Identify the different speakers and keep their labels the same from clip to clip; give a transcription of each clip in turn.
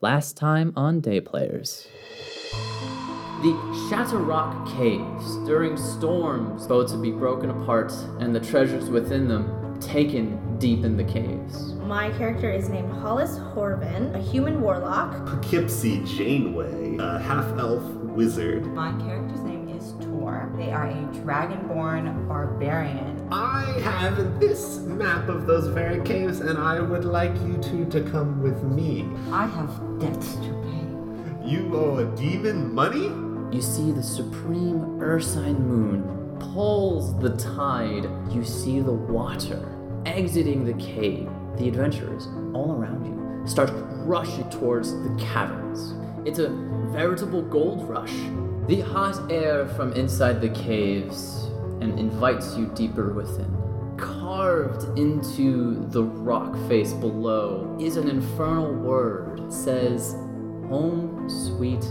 Speaker 1: Last time on Day Players. The Shatterrock Caves. During storms, boats would be broken apart and the treasures within them taken deep in the caves.
Speaker 2: My character is named Hollis Horvin, a human warlock.
Speaker 3: Poughkeepsie Janeway, a half elf wizard.
Speaker 4: My character's name is Tor. They are a dragonborn barbarian.
Speaker 5: I have this map of those very caves, and I would like you two to come with me.
Speaker 4: I have debts to pay.
Speaker 3: You owe a demon money?
Speaker 1: You see the supreme Ursine moon pulls the tide. You see the water exiting the cave. The adventurers all around you start rushing towards the caverns. It's a veritable gold rush. The hot air from inside the caves and invites you deeper within. Carved into the rock face below is an infernal word. It says, "Home sweet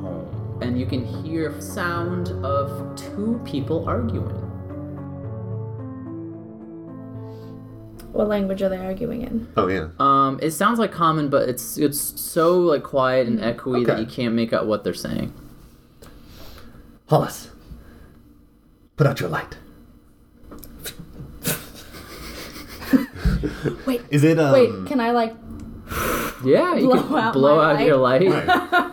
Speaker 1: home." And you can hear sound of two people arguing.
Speaker 2: What language are they arguing in?
Speaker 3: Oh, yeah.
Speaker 1: Um, it sounds like common, but it's it's so like quiet and
Speaker 2: Mm-hmm.
Speaker 1: echoey that
Speaker 3: Okay.
Speaker 1: you can't make out what they're saying.
Speaker 3: Hollis, put out your light.
Speaker 2: Wait.
Speaker 3: Is it, um.
Speaker 2: Wait, can I like?
Speaker 1: Yeah, you
Speaker 2: Blow
Speaker 1: can
Speaker 2: out
Speaker 1: blow
Speaker 2: my
Speaker 1: out your light.
Speaker 3: Right.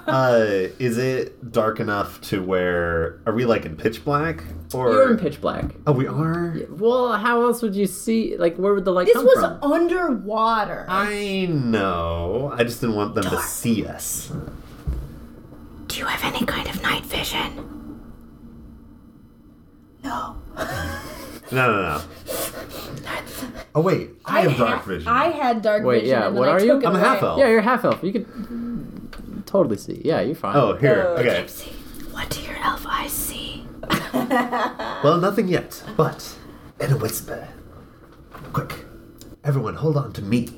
Speaker 3: uh, is it dark enough to where are we like in pitch black or
Speaker 1: You're in pitch black.
Speaker 3: oh we are
Speaker 1: Well, how else would you see? Like, where would the light
Speaker 2: This
Speaker 1: come
Speaker 2: was
Speaker 1: from?
Speaker 2: underwater.
Speaker 3: i know i just didn't want them to see us
Speaker 2: Do you have any kind of night vision? No.
Speaker 3: no no no oh wait i, have dark vision
Speaker 2: I had dark
Speaker 1: Wait,
Speaker 2: vision.
Speaker 1: yeah,
Speaker 2: and
Speaker 1: what
Speaker 2: then I
Speaker 1: are you?
Speaker 2: took it
Speaker 3: i'm a half
Speaker 2: away.
Speaker 3: elf
Speaker 1: yeah, you're half elf. You could totally see. Yeah, you're fine.
Speaker 3: oh here okay
Speaker 2: What do your elf eyes see?
Speaker 3: well nothing yet but in a whisper quick everyone hold on to me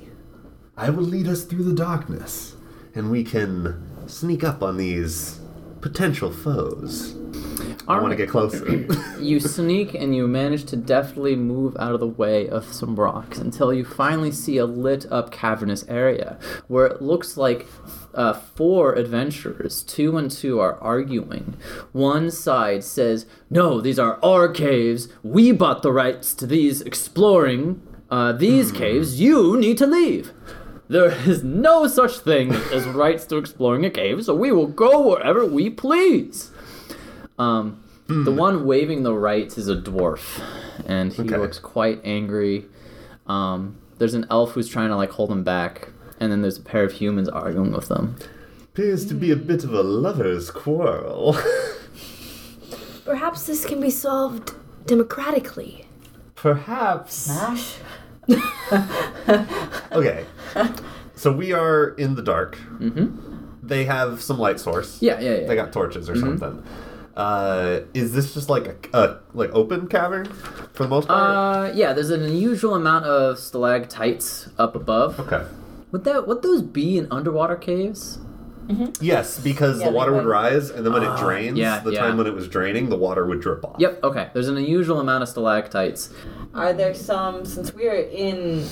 Speaker 3: i will lead us through the darkness and we can sneak up on these potential foes i want
Speaker 1: Alright.
Speaker 3: to get closer
Speaker 1: You sneak and you manage to deftly move out of the way of some rocks until you finally see a lit up cavernous area where it looks like uh, four adventurers, two and two, are arguing. One side says, No, these are our caves. We bought the rights to these exploring uh, these caves. You need to leave. There is no such thing as rights to exploring a cave, so we will go wherever we please. Um, The one waving the rights is a dwarf, and he
Speaker 3: Okay.
Speaker 1: looks quite angry. Um, there's an elf who's trying to like hold him back, and then there's a pair of humans arguing with them.
Speaker 3: Appears to be a bit of a lover's quarrel.
Speaker 2: Perhaps this can be solved democratically.
Speaker 3: Perhaps.
Speaker 4: Ash?
Speaker 3: Okay. So we are in the dark. Mm-hmm. They have some light source.
Speaker 1: Yeah, Mm-hmm. yeah, yeah.
Speaker 3: They got torches or something. Uh, is this just like a, a like open cavern for the most part?
Speaker 1: Uh, yeah, there's an unusual amount of stalactites up above.
Speaker 3: okay.
Speaker 1: Would that would those be in underwater caves?
Speaker 3: Yes, because
Speaker 4: Yeah,
Speaker 3: the water
Speaker 4: they
Speaker 3: would
Speaker 4: would.
Speaker 3: rise, and then when it drains,
Speaker 1: Ah, yeah,
Speaker 3: the
Speaker 1: yeah.
Speaker 3: time when it was draining, the water would drip off.
Speaker 1: Yep. Okay. There's an unusual amount of stalactites.
Speaker 4: Are there some, since we're in,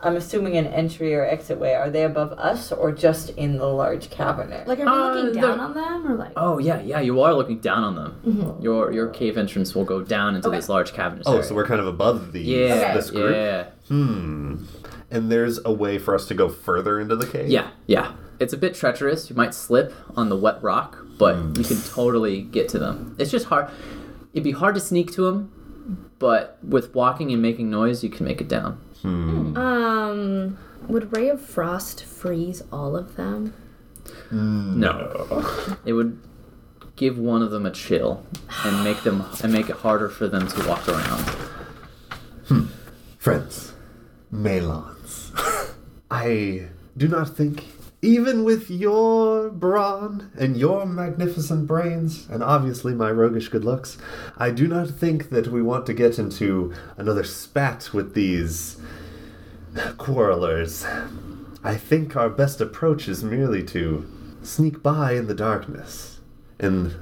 Speaker 4: I'm assuming an entry or exit way, are they above us or just in the large cavern area?
Speaker 2: Like, are we
Speaker 1: Uh,
Speaker 2: looking
Speaker 1: they're-
Speaker 2: down on them, or like?
Speaker 1: Oh yeah, yeah. You are looking down on them. Your your cave entrance will go down into
Speaker 2: Okay.
Speaker 1: this large cavernous
Speaker 3: Oh,
Speaker 1: area.
Speaker 3: so we're kind of above these.
Speaker 1: yeah,
Speaker 3: This group.
Speaker 1: yeah,
Speaker 3: Hmm. And there's a way for us to go further into the cave.
Speaker 1: yeah, yeah. It's a bit treacherous. You might slip on the wet rock, but
Speaker 3: Mm.
Speaker 1: you can totally get to them. It's just hard. It'd be hard to sneak to them, but with walking and making noise, you can make it down.
Speaker 2: Um, would Ray of Frost freeze all of them?
Speaker 1: No, it would give one of them a chill and make them and make it harder for them to walk around.
Speaker 3: Friends, Melons, I do not think, even with your brawn and your magnificent brains, and obviously my roguish good looks, I do not think that we want to get into another spat with these quarrelers. I think our best approach is merely to sneak by in the darkness. And,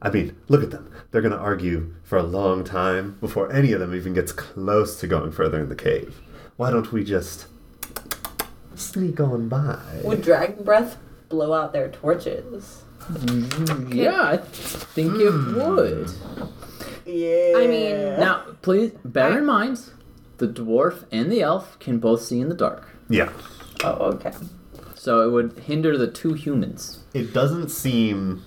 Speaker 3: I mean, look at them. They're going to argue for a long time before any of them even gets close to going further in the cave. Why don't we just sneak on by?
Speaker 4: Would dragon breath blow out their torches?
Speaker 1: Yeah, I think
Speaker 3: Hmm.
Speaker 1: it would.
Speaker 4: Yeah.
Speaker 2: I mean-
Speaker 1: Now, please bear in mind, the dwarf and the elf can both see in the dark,
Speaker 3: Yeah.
Speaker 4: Oh, okay.
Speaker 1: so it would hinder the two humans.
Speaker 3: It doesn't seem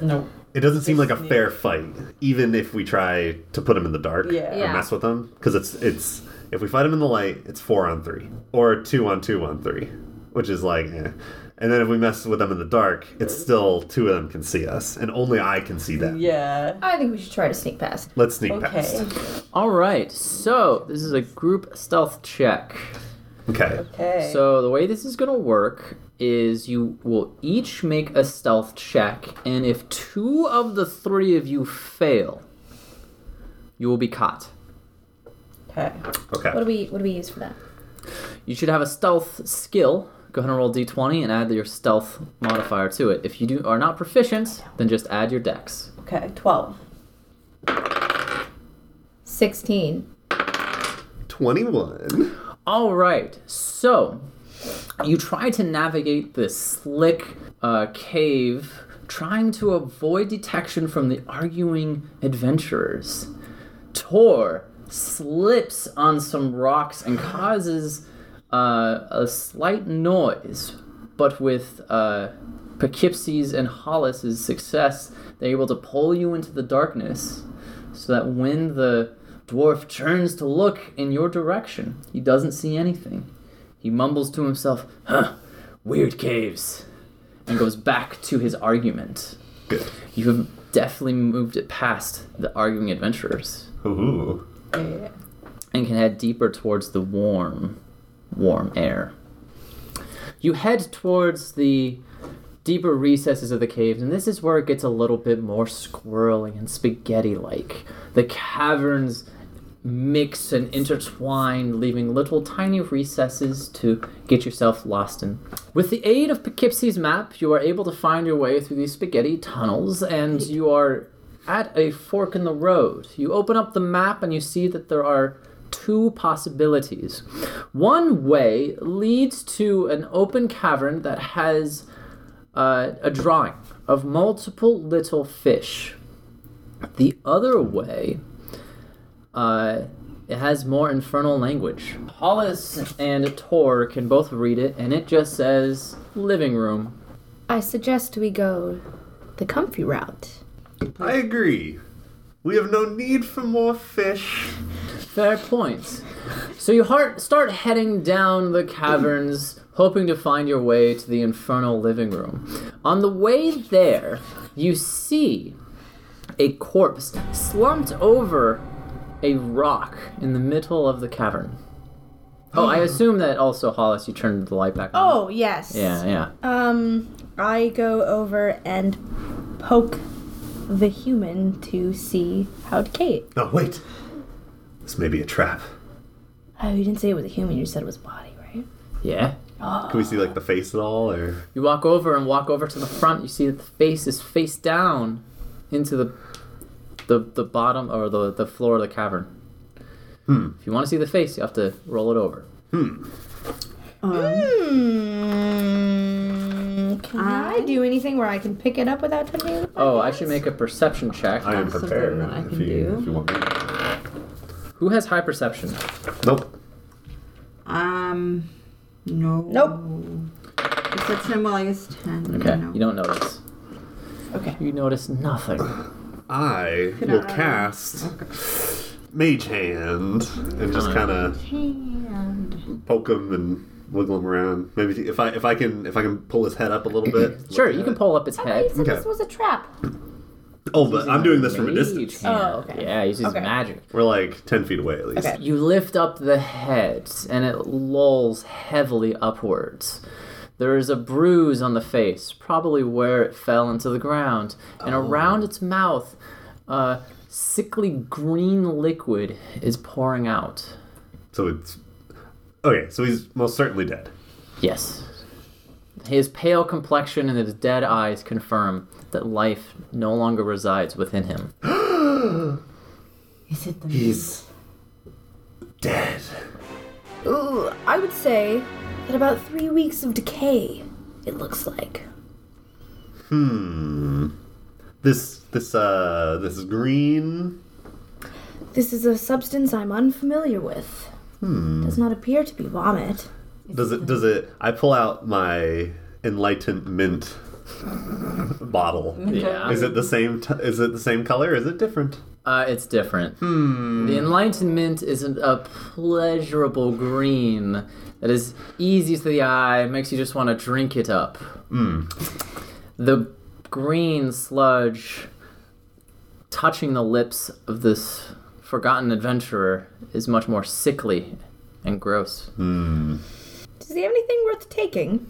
Speaker 4: No.
Speaker 3: it doesn't seem like a fair fight, even if we try to put them in the dark
Speaker 4: Yeah.
Speaker 3: or
Speaker 2: Yeah.
Speaker 3: mess with them, because it's it's if we fight them in the light, it's four on three or two on two on three, which is like, eh. and then if we mess with them in the dark, it's still two of them can see us, and only I can see them.
Speaker 4: Yeah.
Speaker 2: I think we should try to sneak past.
Speaker 3: Let's sneak
Speaker 4: Okay.
Speaker 3: past.
Speaker 1: All right, so this is a group stealth check.
Speaker 3: Okay.
Speaker 4: Okay.
Speaker 1: So the way this is gonna work is you will each make a stealth check, and if two of the three of you fail, you will be caught.
Speaker 4: okay.
Speaker 3: Okay.
Speaker 2: What do we what do we use for that?
Speaker 1: You should have a stealth skill. Go ahead and roll d20 and add your stealth modifier to it. If you do are not proficient, then just add your dex.
Speaker 4: Okay. Twelve.
Speaker 2: Sixteen.
Speaker 3: Twenty-one.
Speaker 1: All right, so you try to navigate this slick uh, cave, trying to avoid detection from the arguing adventurers. Tor slips on some rocks and causes uh, a slight noise, but with uh, Poughkeepsie's and Hollis's success, they're able to pull you into the darkness so that when the dwarf turns to look in your direction, he doesn't see anything. He mumbles to himself, huh, weird caves, and goes back to his argument.
Speaker 3: Good.
Speaker 1: You have definitely moved it past the arguing adventurers
Speaker 3: Ooh.
Speaker 4: Yeah.
Speaker 1: and can head deeper towards the warm, warm air. You head towards the deeper recesses of the caves, and this is where it gets a little bit more squirreling and spaghetti like. The caverns mix and intertwine, leaving little tiny recesses to get yourself lost in. With the aid of Poughkeepsie's map, you are able to find your way through these spaghetti tunnels, and you are at a fork in the road. You open up the map and you see that there are two possibilities. One way leads to an open cavern that has uh, a drawing of multiple little fish. The other way uh, it has more infernal language. Hollis and Tor can both read it, and it just says living room.
Speaker 2: I suggest we go the comfy route.
Speaker 3: I agree. We have no need for more fish.
Speaker 1: Fair points. So you heart, start heading down the caverns, hoping to find your way to the infernal living room. On the way there, you see a corpse slumped over a rock in the middle of the cavern. Oh, I assume that also, Hollis, you turned the light back on.
Speaker 6: Oh, yes.
Speaker 1: Yeah, yeah.
Speaker 6: Um, I go over and poke the human to see how to Kate.
Speaker 3: No, wait. This may be a trap.
Speaker 6: Oh, you didn't say it was a human. You said it was a body, right?
Speaker 1: Yeah.
Speaker 3: Can we see like the face at all, or
Speaker 1: You walk over and walk over to the front. You see that the face is face down into the the, the bottom or the, the floor of the cavern.
Speaker 3: Hmm.
Speaker 1: If you want to see the face, you have to roll it over.
Speaker 6: Mm, can I do anything where I can pick it up without touching it?
Speaker 1: Oh, I should make a perception check.
Speaker 3: I am
Speaker 4: That's something
Speaker 3: prepared
Speaker 4: that I
Speaker 3: if
Speaker 4: can
Speaker 3: you
Speaker 4: do.
Speaker 3: if you want me.
Speaker 1: Who has high perception?
Speaker 3: Nope.
Speaker 7: Um, no.
Speaker 6: Nope.
Speaker 7: It's a 10, well, I guess 10.
Speaker 1: Okay,
Speaker 7: No.
Speaker 1: you don't notice.
Speaker 7: Okay.
Speaker 1: You notice nothing.
Speaker 3: I will cast Mage Hand and just kind of poke him and wiggle him around. Maybe if I if I can if I can pull his head up a little bit.
Speaker 1: Sure,
Speaker 3: look
Speaker 1: you
Speaker 3: at
Speaker 1: can
Speaker 3: it.
Speaker 1: pull up its head.
Speaker 6: said
Speaker 3: Okay.
Speaker 6: this was a trap.
Speaker 3: Oh, but I'm doing this from a
Speaker 1: Mage
Speaker 3: distance.
Speaker 1: hand.
Speaker 6: Oh, okay.
Speaker 1: Yeah, he's using
Speaker 6: Okay.
Speaker 1: magic.
Speaker 3: We're like ten feet away at least.
Speaker 6: Okay.
Speaker 1: You lift up the head, and it lolls heavily upwards. There is a bruise on the face, probably where it fell into the ground, and around its mouth, uh, sickly green liquid is pouring out.
Speaker 3: So it's okay. So he's most certainly dead.
Speaker 1: Yes. His pale complexion and his dead eyes confirm that life no longer resides within him.
Speaker 7: Is it the
Speaker 3: He's dead.
Speaker 6: Ooh, I would say that about three weeks of decay, it looks like.
Speaker 3: Hmm. This this uh this green.
Speaker 6: This is a substance I'm unfamiliar with.
Speaker 3: Hmm.
Speaker 6: Does not appear to be vomit.
Speaker 3: Does it does it? I pull out my enlightenment bottle.
Speaker 1: Yeah.
Speaker 3: Is it the same? T- is it the same color? Is it different?
Speaker 1: Uh, it's different. The Enlightenment is an, a pleasurable green that is easy to the eye, makes you just want to drink it up. The green sludge touching the lips of this forgotten adventurer is much more sickly and gross.
Speaker 6: Does he have anything worth taking?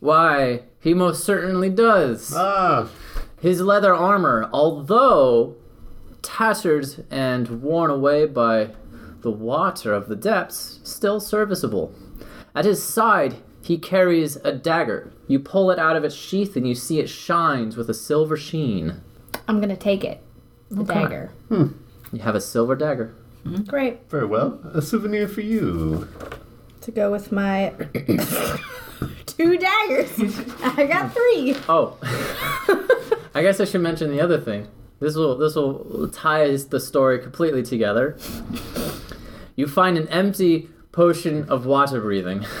Speaker 1: Why, he most certainly does.
Speaker 3: Ah,
Speaker 1: His leather armor, although tattered and worn away by the water of the depths, still serviceable. At his side, he carries a dagger. You pull it out of its sheath and you see it shines with a silver sheen.
Speaker 6: I'm gonna take it. The dagger.
Speaker 1: You have a silver dagger.
Speaker 6: Great.
Speaker 3: very well. A souvenir for you.
Speaker 6: To go with my two daggers. I got three.
Speaker 1: Oh, I guess I should mention the other thing. This will this will tie the story completely together. You find an empty potion of water breathing.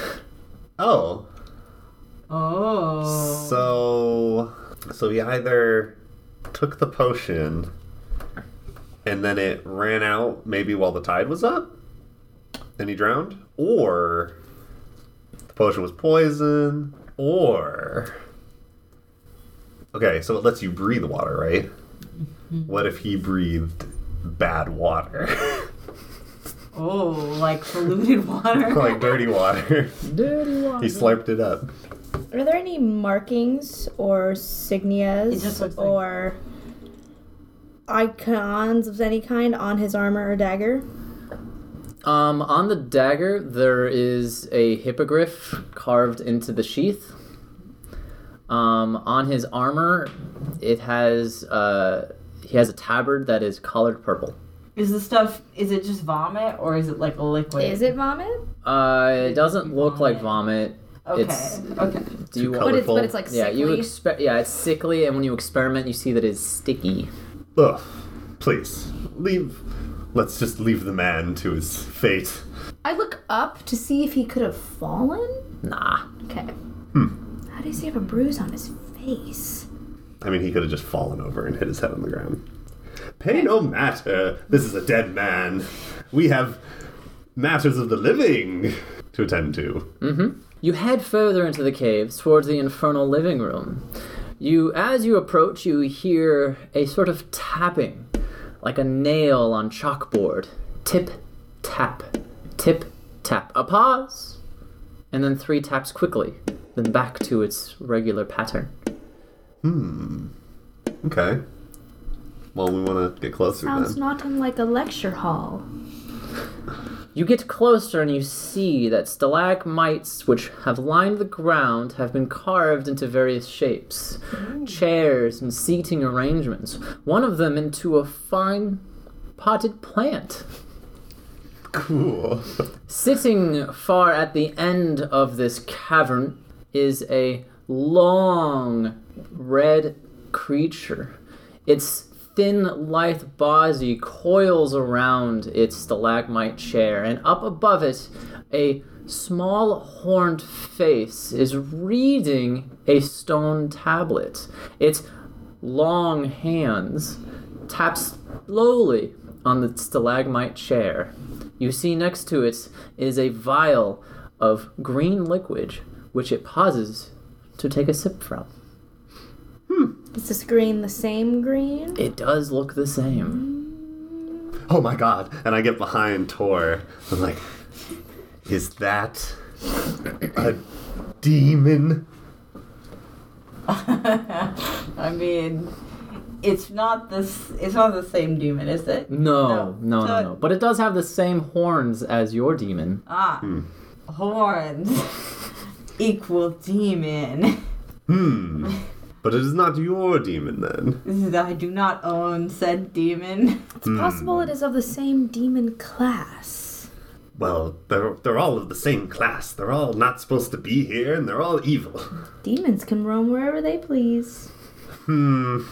Speaker 3: Oh,
Speaker 4: Oh.
Speaker 3: so so he either took the potion and then it ran out maybe while the tide was up and he drowned or the potion was poison or okay so it lets you breathe water right what if he breathed bad water
Speaker 4: Oh, like polluted water.
Speaker 3: like dirty water
Speaker 1: Dirty water.
Speaker 3: he slurped it up
Speaker 6: Are there any markings or signias
Speaker 4: It just looks like-
Speaker 6: or icons of any kind on his armor or dagger?
Speaker 1: Um, on the dagger, there is a hippogriff carved into the sheath. Um, on his armor, it has uh, he has a tabard that is colored purple.
Speaker 4: Is the stuff? Is it just vomit or is it like a liquid?
Speaker 6: Is it vomit?
Speaker 1: Uh, it doesn't look like vomit.
Speaker 4: Okay.
Speaker 1: It's
Speaker 4: Okay.
Speaker 1: do you
Speaker 3: But it's- but it's,
Speaker 2: like
Speaker 1: yeah you exper- yeah it's sickly and when you experiment you see that it's sticky.
Speaker 3: Ugh, please leave. Let's just leave the man to his fate.
Speaker 2: I look up to see if he could have fallen.
Speaker 1: Nah,
Speaker 2: Okay.
Speaker 1: Hmm.
Speaker 2: How does he have a bruise on his face?
Speaker 3: I mean, he could have just fallen over and hit his head on the ground. Pay no matter. This is a dead man. We have matters of the living to attend to.
Speaker 1: You head further into the caves towards the infernal living room. You, as you approach, you hear a sort of tapping, like a nail on chalkboard. Tip, tap, tip, tap. A pause, and then three taps quickly, then back to its regular pattern.
Speaker 3: Okay. Well, we want to get closer
Speaker 6: Sounds
Speaker 1: Uh,
Speaker 3: then.
Speaker 6: not unlike a lecture hall.
Speaker 1: You get closer and you see that stalagmites, which have lined the ground, have been carved into various shapes chairs and seating arrangements, one of them into a fine potted plant.
Speaker 3: Cool.
Speaker 1: Sitting far at the end of this cavern is a long red creature. Its thin, lithe body coils around its stalagmite chair, and up above it, a small horned face is reading a stone tablet. Its long hands taps slowly on the stalagmite chair. You see next to it is a vial of green liquid, which it pauses to take a sip from.
Speaker 6: Is this green the same green?
Speaker 1: It does look the same.
Speaker 3: oh my god. And I get behind Tor. I'm like, is that a demon?
Speaker 4: I mean, it's not this. It's not the same demon, is it?
Speaker 3: Mm.
Speaker 1: No, no, no,
Speaker 4: No.
Speaker 1: no. But it does have the same horns as your demon.
Speaker 6: Uh,
Speaker 4: Ah,
Speaker 3: Hmm.
Speaker 4: horns equal demon.
Speaker 3: Hmm. But it is not your demon then.
Speaker 4: This is- I do not own said demon.
Speaker 3: Hmm.
Speaker 6: It's possible it is of the same demon class.
Speaker 3: well, they're they're all of the same class. They're all not supposed to be here, and they're all evil.
Speaker 6: Demons can roam wherever they please.
Speaker 3: Hmm.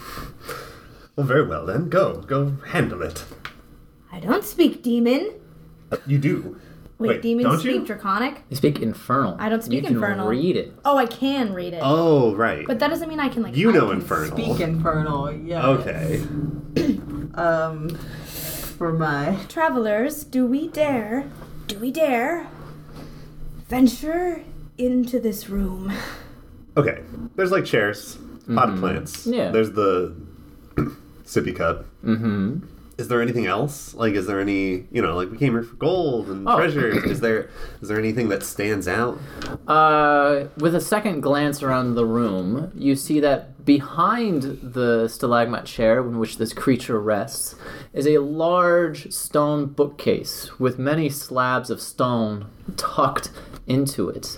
Speaker 3: Well, very well then. Go, go, handle it.
Speaker 6: I don't speak demon.
Speaker 3: Uh, You do.
Speaker 6: Wait,
Speaker 3: Wait,
Speaker 6: demons
Speaker 3: don't
Speaker 6: speak
Speaker 3: you?
Speaker 6: draconic?
Speaker 1: You speak infernal.
Speaker 6: I don't
Speaker 1: you
Speaker 6: speak
Speaker 1: can
Speaker 6: infernal.
Speaker 1: Read it.
Speaker 6: Oh, I can read it.
Speaker 3: Oh, right.
Speaker 6: But that doesn't mean I can like
Speaker 3: you
Speaker 6: I
Speaker 3: know
Speaker 6: can
Speaker 3: infernal.
Speaker 4: Speak infernal, yeah.
Speaker 3: Oh. Okay.
Speaker 4: Um, for my
Speaker 6: Travelers, do we dare, do we dare venture into this room?
Speaker 3: Okay. There's like chairs, pot of plants.
Speaker 1: Mm-hmm. Yeah.
Speaker 3: There's the sippy cup.
Speaker 1: Mm-hmm.
Speaker 3: Is there anything else? Like, is there any? You know, like we came here for gold and
Speaker 1: Oh.
Speaker 3: treasures. Is there? Is there anything that stands out?
Speaker 1: Uh, with a second glance around the room, you see that behind the stalagmite chair in which this creature rests is a large stone bookcase with many slabs of stone tucked into it.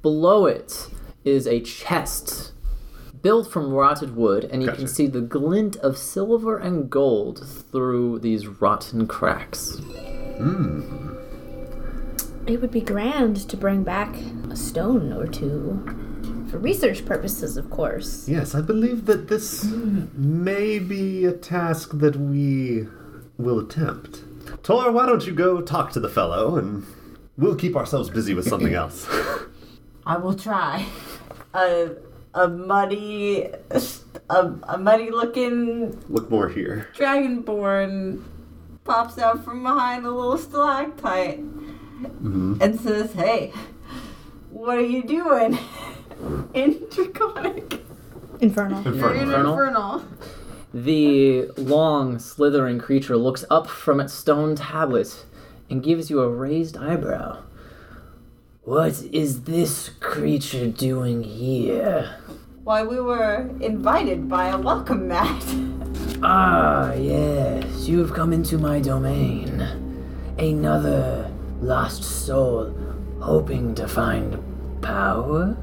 Speaker 1: Below it is a chest built from rotted wood, and you can
Speaker 3: Gotcha.
Speaker 1: see the glint of silver and gold through these rotten cracks.
Speaker 6: It would be grand to bring back a stone or two. For research purposes, of course.
Speaker 3: Yes, I believe that this may be a task that we will attempt. Tor, why don't you go talk to the fellow and we'll keep ourselves busy with something else.
Speaker 7: I will try.
Speaker 4: a a muddy a, a muddy looking
Speaker 3: Look more here.
Speaker 4: dragonborn pops out from behind a little stalactite
Speaker 1: Mm-hmm.
Speaker 4: and says, "Hey, what are you doing in draconic?
Speaker 6: Infernal.
Speaker 3: Infernal. right?
Speaker 1: Infernal?
Speaker 7: Infernal.
Speaker 1: The long, slithering creature looks up from its stone tablet and gives you a raised eyebrow. What is this creature doing here?
Speaker 4: Why we were invited by a welcome mat."
Speaker 1: Ah, yes, you've come into my domain. Another lost soul hoping to find power?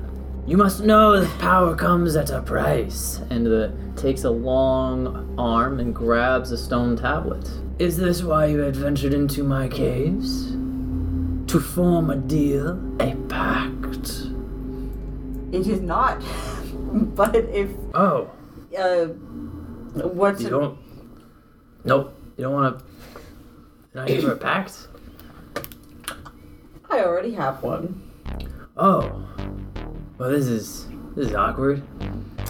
Speaker 1: You must know that power comes at a price. And uh, takes a long arm and grabs a stone tablet. Is this why you had ventured into my caves? To form a deal? A pact?
Speaker 4: It is not, but if
Speaker 1: Oh,
Speaker 4: uh, what's
Speaker 1: you
Speaker 4: it-
Speaker 1: don't. Nope, you don't want to. Not give her a pact?
Speaker 4: I already have one.
Speaker 1: Oh, well, this is this is awkward.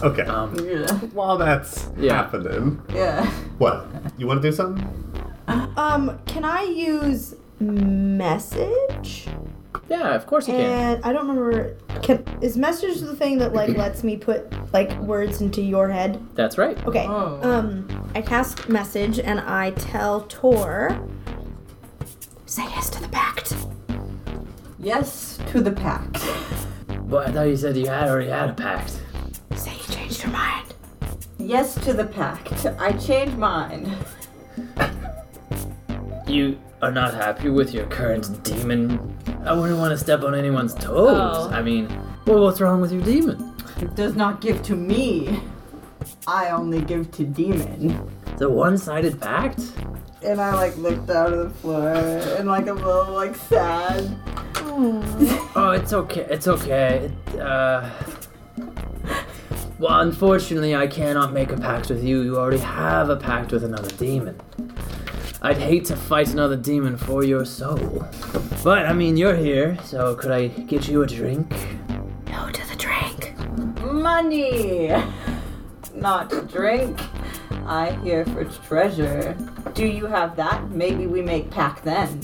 Speaker 3: Okay.
Speaker 1: Um,
Speaker 4: Yeah,
Speaker 3: While that's
Speaker 1: Yeah.
Speaker 3: happening,
Speaker 4: yeah.
Speaker 3: what? You want to do something?
Speaker 6: Um, can I use message?
Speaker 1: yeah, of course you can.
Speaker 6: And I don't remember. Can is message the thing that like lets me put like words into your head?
Speaker 1: That's right.
Speaker 6: Okay.
Speaker 4: Oh.
Speaker 6: Um, I cast message and I tell Tor. Say yes to the pact.
Speaker 4: Yes to the pact.
Speaker 1: But I thought you said you had already had a pact.
Speaker 6: Say you changed your mind.
Speaker 4: Yes to the pact. I changed mine.
Speaker 1: You are not happy with your current demon. I wouldn't want to step on anyone's toes.
Speaker 4: Oh.
Speaker 1: I mean, well, what's wrong with your demon?
Speaker 4: does not give to me. I only give to demon.
Speaker 1: The one-sided pact?
Speaker 4: And I like looked down to the floor and like a little like sad.
Speaker 1: Oh, it's okay. It's okay. It, uh. Well, unfortunately, I cannot make a pact with you. You already have a pact with another demon. I'd hate to fight another demon for your soul. But, I mean, you're here, so could I get you a drink?
Speaker 6: No to the drink.
Speaker 4: Money! Not drink. I here for treasure. Do you have that? Maybe we make pact then.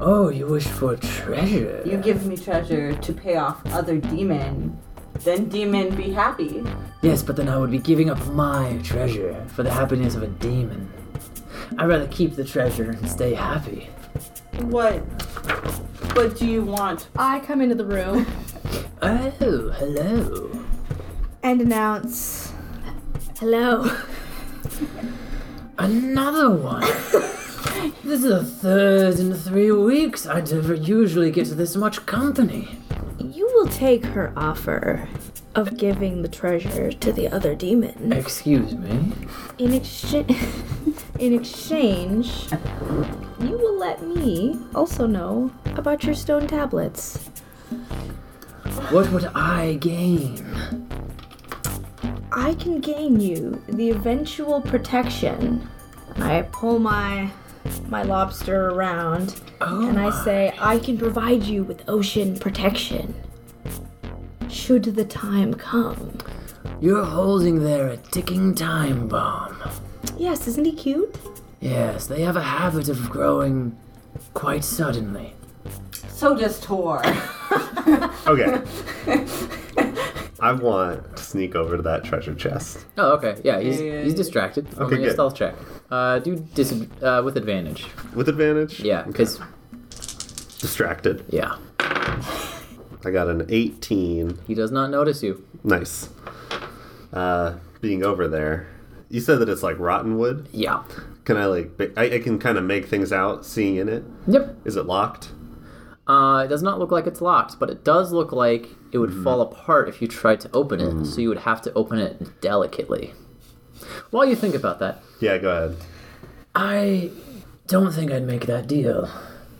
Speaker 1: Oh, you wish for treasure?
Speaker 4: You give me treasure to pay off other demon. Then demon be happy.
Speaker 1: Yes, but then I would be giving up my treasure for the happiness of a demon. I'd rather keep the treasure and stay happy.
Speaker 4: What? What do you want?
Speaker 6: I come into the room
Speaker 1: Oh, hello.
Speaker 6: and announce, "Hello."
Speaker 1: Another one. this is the third in three weeks. I never usually get this much company.
Speaker 6: You will take her offer of giving the treasure to the other demon.
Speaker 1: Excuse me.
Speaker 6: In exchange, in exchange, you will let me also know about your stone tablets.
Speaker 1: What would I gain?
Speaker 6: I can gain you the eventual protection. I pull my my lobster around and I say I can provide you with ocean protection. Should the time come.
Speaker 1: You're holding there a ticking time bomb.
Speaker 6: Yes, isn't he cute?
Speaker 1: Yes, they have a habit of growing quite suddenly.
Speaker 4: So does Tor.
Speaker 3: Okay. I want to sneak over to that treasure chest.
Speaker 1: Oh, okay. Yeah, he's he's distracted. Roll me a
Speaker 3: good.
Speaker 1: stealth check. Uh, do dis- uh, with advantage.
Speaker 3: With advantage?
Speaker 1: Yeah, because
Speaker 3: Distracted.
Speaker 1: yeah,
Speaker 3: I got an 18.
Speaker 1: he does not notice you.
Speaker 3: Nice. Uh, being over there. You said that it's like rotten wood.
Speaker 1: Yeah.
Speaker 3: Can I like, ba- I, I can kind of make things out seeing in it.
Speaker 1: Yep.
Speaker 3: Is it locked?
Speaker 1: Uh, it does not look like it's locked, but it does look like it would fall apart if you tried to open it. So you would have to open it delicately. While you think about that,
Speaker 3: Yeah, go ahead.
Speaker 1: I don't think I'd make that deal.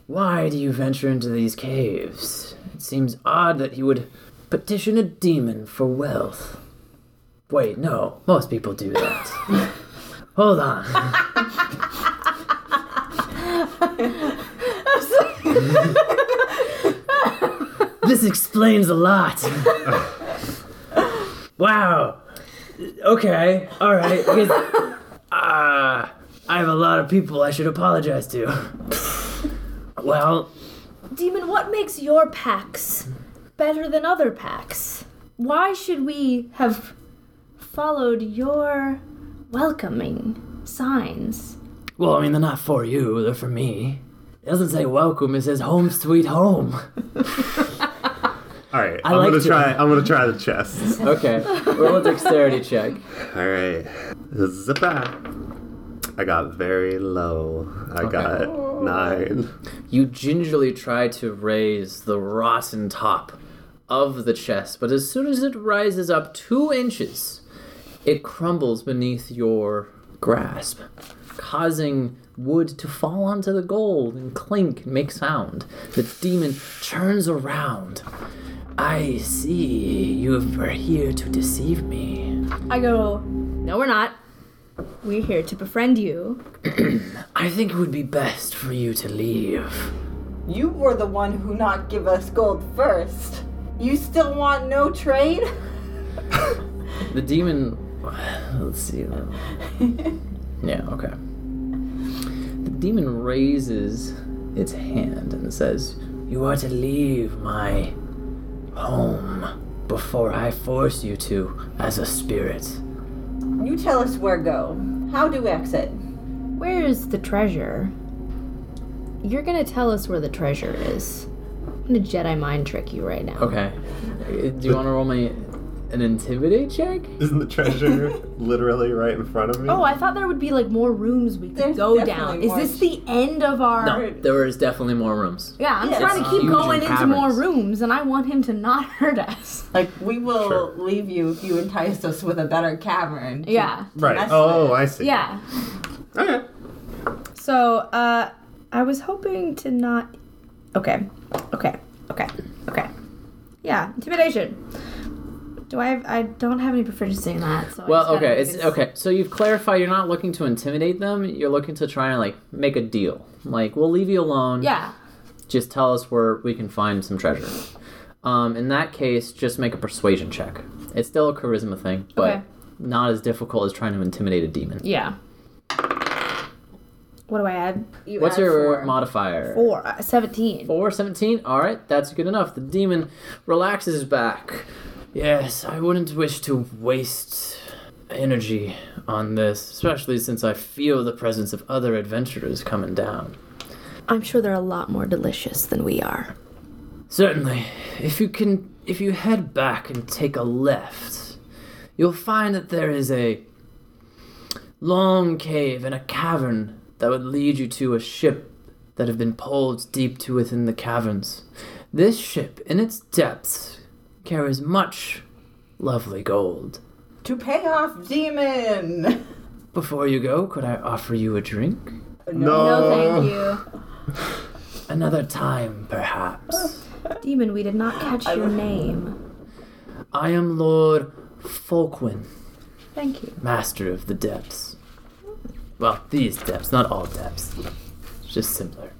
Speaker 1: Why do you venture into these caves? It seems odd that you would petition a demon for wealth. Wait, no, most people do that. Hold on. this explains a lot. wow. Okay, alright. because- Ah. I have a lot of people I should apologize to. well,
Speaker 6: Demon, what makes your packs better than other packs? Why should we have followed your welcoming signs?
Speaker 1: well, I mean, they're not for you, they're for me. It doesn't say welcome, it says home sweet home.
Speaker 3: All right.
Speaker 1: I
Speaker 3: I'm
Speaker 1: like
Speaker 3: gonna
Speaker 1: to-
Speaker 3: try. I'm gonna try the chest.
Speaker 1: Okay, roll a dexterity check.
Speaker 3: All right. Zippa. I got very low. I got nine.
Speaker 1: You gingerly try to raise the rotten top of the chest, but as soon as it rises up two inches, it crumbles beneath your grasp, causing wood to fall onto the gold and clink and make sound. The demon turns around. I see you were here to deceive me.
Speaker 6: I go, no, we're not. We're here to befriend you.
Speaker 1: I think it would be best for you to leave.
Speaker 4: you were the one who not give us gold first. You still want no trade?
Speaker 1: The demon. Let's see. yeah, okay. The demon raises its hand and says, You are to leave my home before I force you to as a spirit.
Speaker 4: You tell us where go. How do exit?
Speaker 2: Where is the treasure? You're gonna tell us where the treasure is. I'm gonna Jedi mind trick you right now.
Speaker 1: Okay. Do you want to roll me an intimidate check?
Speaker 3: Isn't the treasure literally right in front of me?
Speaker 6: Oh, I thought there would be like more rooms we could
Speaker 4: There's
Speaker 6: go
Speaker 4: definitely
Speaker 6: down. Is
Speaker 4: more.
Speaker 6: this the end of our?
Speaker 1: No, there is definitely more rooms.
Speaker 6: Yeah, I'm
Speaker 4: Yeah,
Speaker 6: trying
Speaker 1: it's
Speaker 6: to keep
Speaker 1: huge
Speaker 6: going
Speaker 1: in
Speaker 6: into more
Speaker 1: caverns.
Speaker 6: rooms, and I want him to not hurt us.
Speaker 4: Like we will
Speaker 3: Sure.
Speaker 4: leave you if you entice us with a better cavern.
Speaker 6: Yeah,
Speaker 3: right.
Speaker 4: That's
Speaker 3: Oh, I see.
Speaker 6: yeah.
Speaker 3: Okay.
Speaker 6: So, uh, I was hoping to not. Okay, okay, okay, okay. Yeah, intimidation. Do I have? I don't have any proficiency in that. So I
Speaker 1: Well,
Speaker 6: just gotta
Speaker 1: okay,
Speaker 6: make
Speaker 1: it's
Speaker 6: this-
Speaker 1: okay. So you've clarified you're not looking to intimidate them. You're looking to try and like make a deal. Like we'll leave you alone.
Speaker 6: Yeah.
Speaker 1: just tell us where we can find some treasure. Um, in that case, just make a persuasion check. It's still a charisma thing, but
Speaker 6: Okay.
Speaker 1: not as difficult as trying to intimidate a demon.
Speaker 6: Yeah. What do I add?
Speaker 4: You
Speaker 1: What's
Speaker 4: add
Speaker 1: your
Speaker 4: four.
Speaker 1: modifier?
Speaker 6: Four. Uh, Seventeen.
Speaker 1: Four, 17? Alright, that's good enough. The demon relaxes back. Yes, I wouldn't wish to waste energy on this, especially since I feel the presence of other adventurers coming down.
Speaker 2: I'm sure they're a lot more delicious than we are.
Speaker 1: Certainly. If you can if you head back and take a left, you'll find that there is a long cave and a cavern that would lead you to a ship that have been pulled deep to within the caverns. This ship in its depths carries much lovely gold.
Speaker 4: To pay off demon.
Speaker 1: Before you go, could I offer you a drink?
Speaker 3: No.
Speaker 6: No, thank
Speaker 1: Another time, perhaps.
Speaker 6: you. Demon, we did not catch your name.
Speaker 1: I am Lord Folkwin,
Speaker 6: Thank you.
Speaker 1: master of the depths. Well, these depths, not all depths. It's just simpler.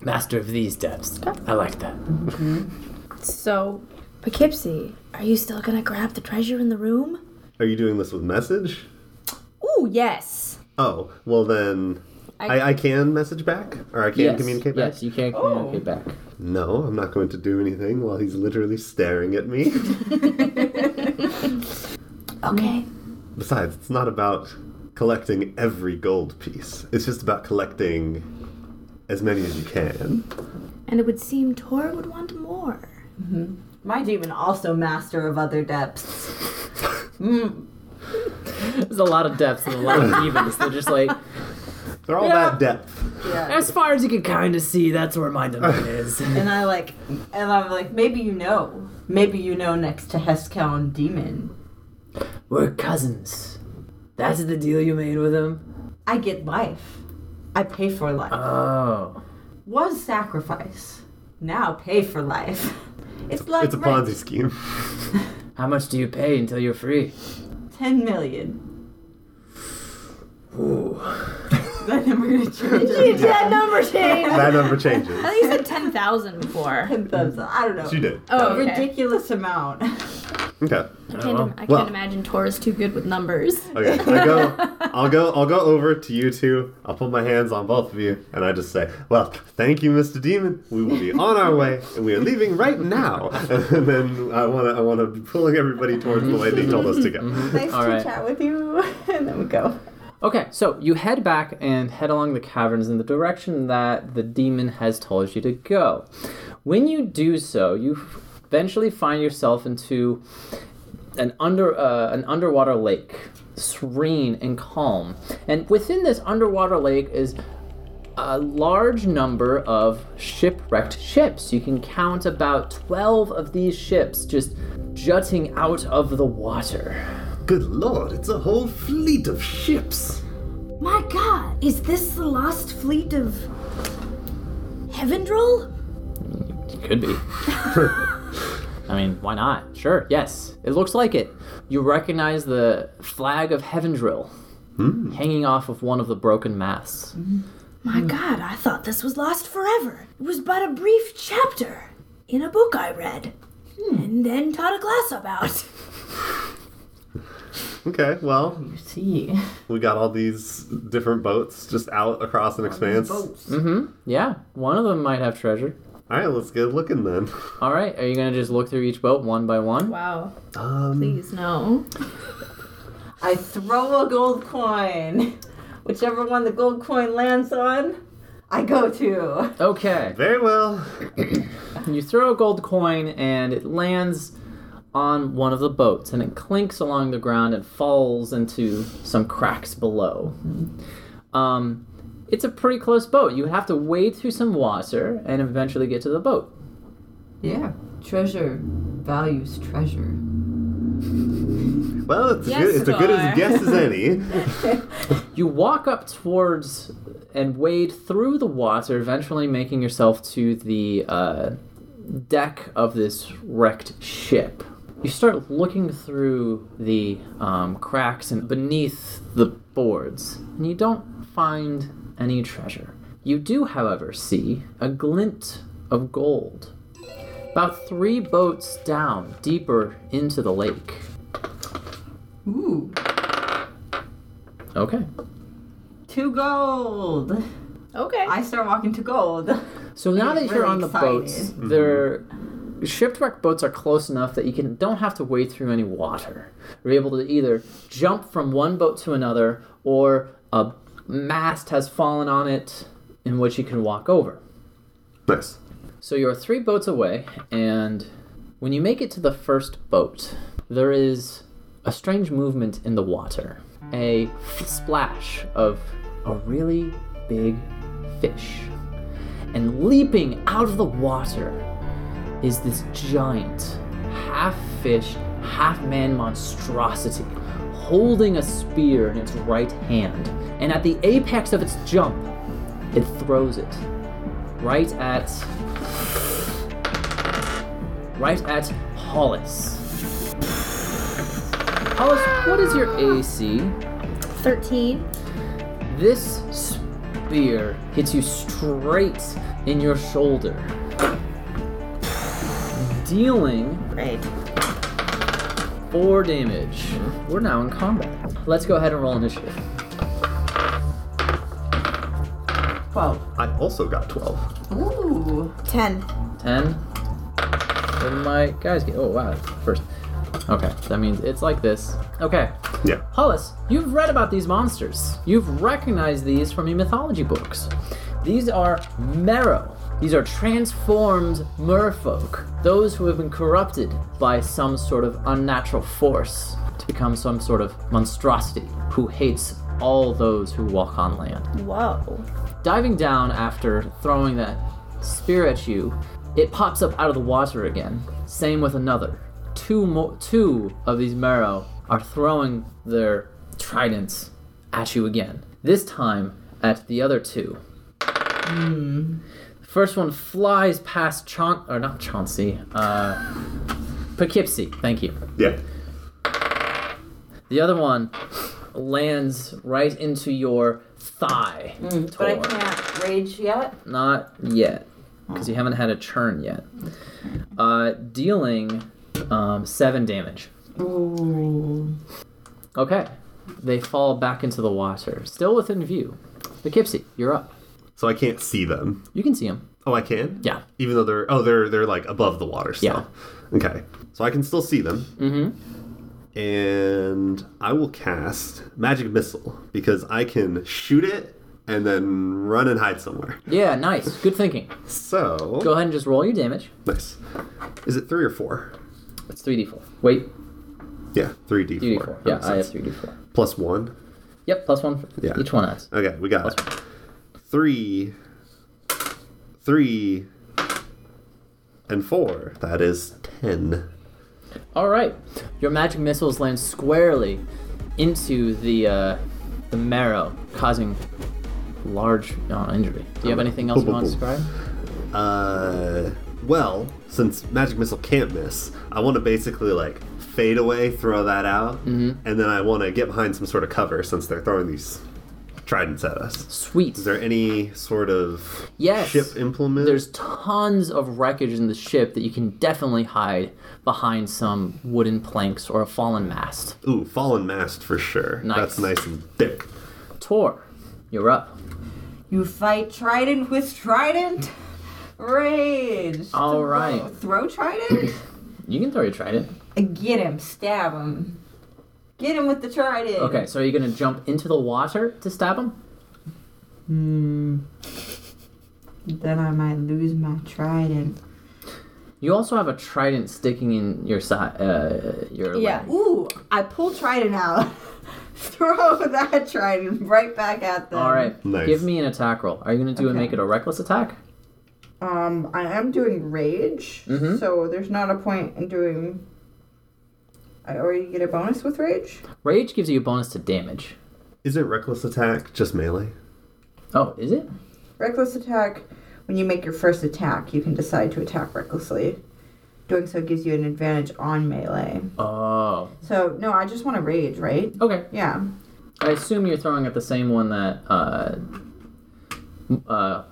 Speaker 1: master of these depths. I like that.
Speaker 6: So, Poughkeepsie, are you still gonna grab the treasure in the room?
Speaker 3: Are you doing this with message?
Speaker 6: Ooh, yes.
Speaker 3: Oh, well then. I, I, can message back? Or I can communicate back?
Speaker 1: Yes, you can communicate back.
Speaker 3: No, I'm not going to do anything while he's literally staring at me.
Speaker 6: Okay.
Speaker 3: Besides, it's not about collecting every gold piece, it's just about collecting as many as you can.
Speaker 6: And it would seem Tor would want more.
Speaker 4: My demon also master of other depths.
Speaker 1: There's a lot of depths and a lot of evens. They're just like,
Speaker 3: They're all
Speaker 1: Yeah.
Speaker 3: that depth.
Speaker 1: as far as you can kind of see, that's where my domain is.
Speaker 4: And I like, and I'm like, maybe you know, maybe you know next to Heskelm demon.
Speaker 1: We're cousins. That's the deal you made with him?
Speaker 4: I get life. I pay for life.
Speaker 3: Uh.
Speaker 1: Oh.
Speaker 4: Was sacrifice. Now pay for life. It's like
Speaker 3: It's a
Speaker 4: rent.
Speaker 3: Ponzi scheme.
Speaker 1: How much do you pay until you're free?
Speaker 4: Ten million.
Speaker 1: Ooh.
Speaker 4: That number gonna change.
Speaker 6: That number change.
Speaker 3: that number changes.
Speaker 6: I think you said ten thousand before.
Speaker 4: Ten thumbs up. I don't know.
Speaker 3: She did.
Speaker 6: Oh,
Speaker 4: A ridiculous amount.
Speaker 3: Okay.
Speaker 6: I can't,
Speaker 1: well.
Speaker 6: I can't
Speaker 3: Well.
Speaker 6: imagine Tor is too good with numbers.
Speaker 3: Okay. I go I'll go I'll go over to you two. I'll put my hands on both of you and I just say, Well, thank you, Mr. Demon. We will be on our way and we are leaving right now. And then I wanna I wanna be pulling everybody towards the way they told us to go.
Speaker 4: nice
Speaker 1: All
Speaker 4: to
Speaker 1: right.
Speaker 4: chat with you. and then we go.
Speaker 1: Okay, so you head back and head along the caverns in the direction that the demon has told you to go. When you do so, you eventually find yourself into an under uh, an underwater lake, serene and calm. And within this underwater lake is a large number of shipwrecked ships. You can count about 12 of these ships just jutting out of the water.
Speaker 3: Good lord, it's a whole fleet of ships.
Speaker 6: My God, is this the lost fleet of Heavendrel?
Speaker 1: Could be. I mean, why not? Sure, yes. It looks like it. You recognize the flag of Heavendrill hanging off of one of the broken masts.
Speaker 6: My God, I thought this was lost forever. It was but a brief chapter in a book I read, and then taught a class about.
Speaker 3: Okay, well,
Speaker 4: You see.
Speaker 3: we got all these different boats just out across an expanse. All
Speaker 4: Boats.
Speaker 1: Yeah, one of them might have treasure.
Speaker 3: right, let's get looking then.
Speaker 1: All right, are you going to just look through each boat one by one?
Speaker 6: Wow,
Speaker 3: Um,
Speaker 6: please no.
Speaker 4: I throw a gold coin. Whichever one the gold coin lands on, I go to.
Speaker 1: Okay.
Speaker 3: very well.
Speaker 1: You throw a gold coin and it lands on one of the boats and it clinks along the ground and falls into some cracks below. Um, it's a pretty close boat. You have to wade through some water and eventually get to the boat.
Speaker 4: Yeah. Treasure values treasure.
Speaker 3: Well, it's,
Speaker 6: Yes,
Speaker 3: good, it's a good as
Speaker 6: Scar.
Speaker 3: guess as any.
Speaker 1: You walk up towards and wade through the water, eventually making yourself to the uh, deck of this wrecked ship. You start looking through the um, cracks and beneath the boards, and you don't find any treasure. You do, however, see a glint of gold. About three boats down, deeper into the lake.
Speaker 4: Ooh.
Speaker 1: Okay.
Speaker 4: To gold.
Speaker 6: Okay.
Speaker 4: I start walking to gold.
Speaker 1: So now that
Speaker 4: get
Speaker 1: you're
Speaker 4: really
Speaker 1: on the
Speaker 4: excited.
Speaker 1: boats, they're shipwreck boats are close enough that you can don't have to wade through any water. You're able to either jump from one boat to another, or a mast has fallen on it, in which you can walk over.
Speaker 3: Nice.
Speaker 1: So you're three boats away, and when you make it to the first boat, there is a strange movement in the water. A splash of a really big fish. And leaping out of the water is this giant, half fish, half man monstrosity, holding a spear in its right hand. And at the apex of its jump, it throws it right at. right at Hollis. Hollis, what is your AC?
Speaker 2: 13.
Speaker 1: This spear hits you straight in your shoulder, dealing
Speaker 2: Right.
Speaker 1: four damage. We're now in combat. Let's go ahead and roll initiative.
Speaker 7: Twelve.
Speaker 3: I also got 12.
Speaker 7: Ooh.
Speaker 6: 10.
Speaker 1: Ten. What did my guys get? Oh wow, first. Okay, that means it's like this. Okay,
Speaker 3: Yeah.
Speaker 1: Hollis, you've read about these monsters. You've recognized these from your mythology books. These are Merrow. These are transformed merfolk, those who have been corrupted by some sort of unnatural force to become some sort of monstrosity who hates all those who walk on land
Speaker 6: Whoa.
Speaker 1: diving down after throwing that spear at you, it pops up out of the water again. Same with another. Two mo- two of these marrow are throwing their tridents at you again. This time at the other two.
Speaker 4: Hmm.
Speaker 1: The first one flies past Chaun or not Chauncey, uh, Poughkeepsie. Thank you.
Speaker 3: Yeah.
Speaker 1: The other one lands right into your thigh.
Speaker 4: Mm, But I
Speaker 1: Tor.
Speaker 4: can't rage yet.
Speaker 1: Not yet, because you haven't had a turn yet. Uh, dealing um, seven damage. Okay, they fall back into the water, still within view. Poughkeepsie, you're up.
Speaker 3: So I can't see them.
Speaker 1: You can see them.
Speaker 3: Oh, I can?
Speaker 1: Yeah.
Speaker 3: Even though they're oh they're they're like above the water still. Okay. So I can still see them. Mm-hmm. And I will cast magic missile because I can shoot it and then run and hide somewhere.
Speaker 1: Yeah, nice. Good thinking.
Speaker 3: So
Speaker 1: Go ahead and just roll your damage.
Speaker 3: nice. Is it three or four?
Speaker 1: It's three d four. Wait,
Speaker 3: Yeah, three D
Speaker 1: three d
Speaker 3: four.
Speaker 1: four. Yeah, I have three d four.
Speaker 3: Plus one.
Speaker 1: Yep, plus one. For
Speaker 3: Yeah.
Speaker 1: Each one has.
Speaker 3: Okay, we got three, three, and four. That is ten.
Speaker 1: All right, your magic missiles land squarely into the uh, the marrow, causing large uh, injury. Do you have anything else you want to
Speaker 3: Boom, boom,
Speaker 1: describe?
Speaker 3: Uh, well, since magic missile can't miss, I want to basically like fade away, throw that out,
Speaker 1: Mm-hmm.
Speaker 3: and then I want to get behind some sort of cover since they're throwing these tridents at us.
Speaker 1: Sweet.
Speaker 3: Is there any sort of
Speaker 1: Yes.
Speaker 3: ship implement?
Speaker 1: There's tons of wreckage in the ship that you can definitely hide behind some wooden planks or a fallen mast.
Speaker 3: ooh fallen mast for sure.
Speaker 1: Nice.
Speaker 3: That's nice and thick.
Speaker 1: Tor, you're up.
Speaker 4: You fight trident with trident. Rage.
Speaker 1: All right.
Speaker 4: Throw trident.
Speaker 1: You can throw your trident.
Speaker 4: Get him. Stab him. Get him with the trident.
Speaker 1: Okay, so are you gonna jump into the water to stab him?
Speaker 4: Then I might lose my trident.
Speaker 1: You also have a trident sticking in your side, uh, your
Speaker 6: Yeah.
Speaker 1: leg.
Speaker 4: Ooh, I pull trident out. Throw that trident right back at them.
Speaker 1: All right,
Speaker 3: Nice.
Speaker 1: give me an attack roll. Are you gonna do and
Speaker 4: Okay.
Speaker 1: make it a reckless attack?
Speaker 4: Um, I am doing rage,
Speaker 1: Mhm.
Speaker 4: so there's not a point in doing. I already get a bonus with rage.
Speaker 1: Rage gives you a bonus to damage.
Speaker 3: Is it reckless attack? Just melee?
Speaker 1: Oh, is it?
Speaker 4: Reckless attack. When you make your first attack, you can decide to attack recklessly. Doing so gives you an advantage on melee.
Speaker 1: Oh,
Speaker 4: So no, I just want to rage, right?
Speaker 1: okay.
Speaker 4: Yeah.
Speaker 1: I assume you're throwing at the same one that uh, m- uh,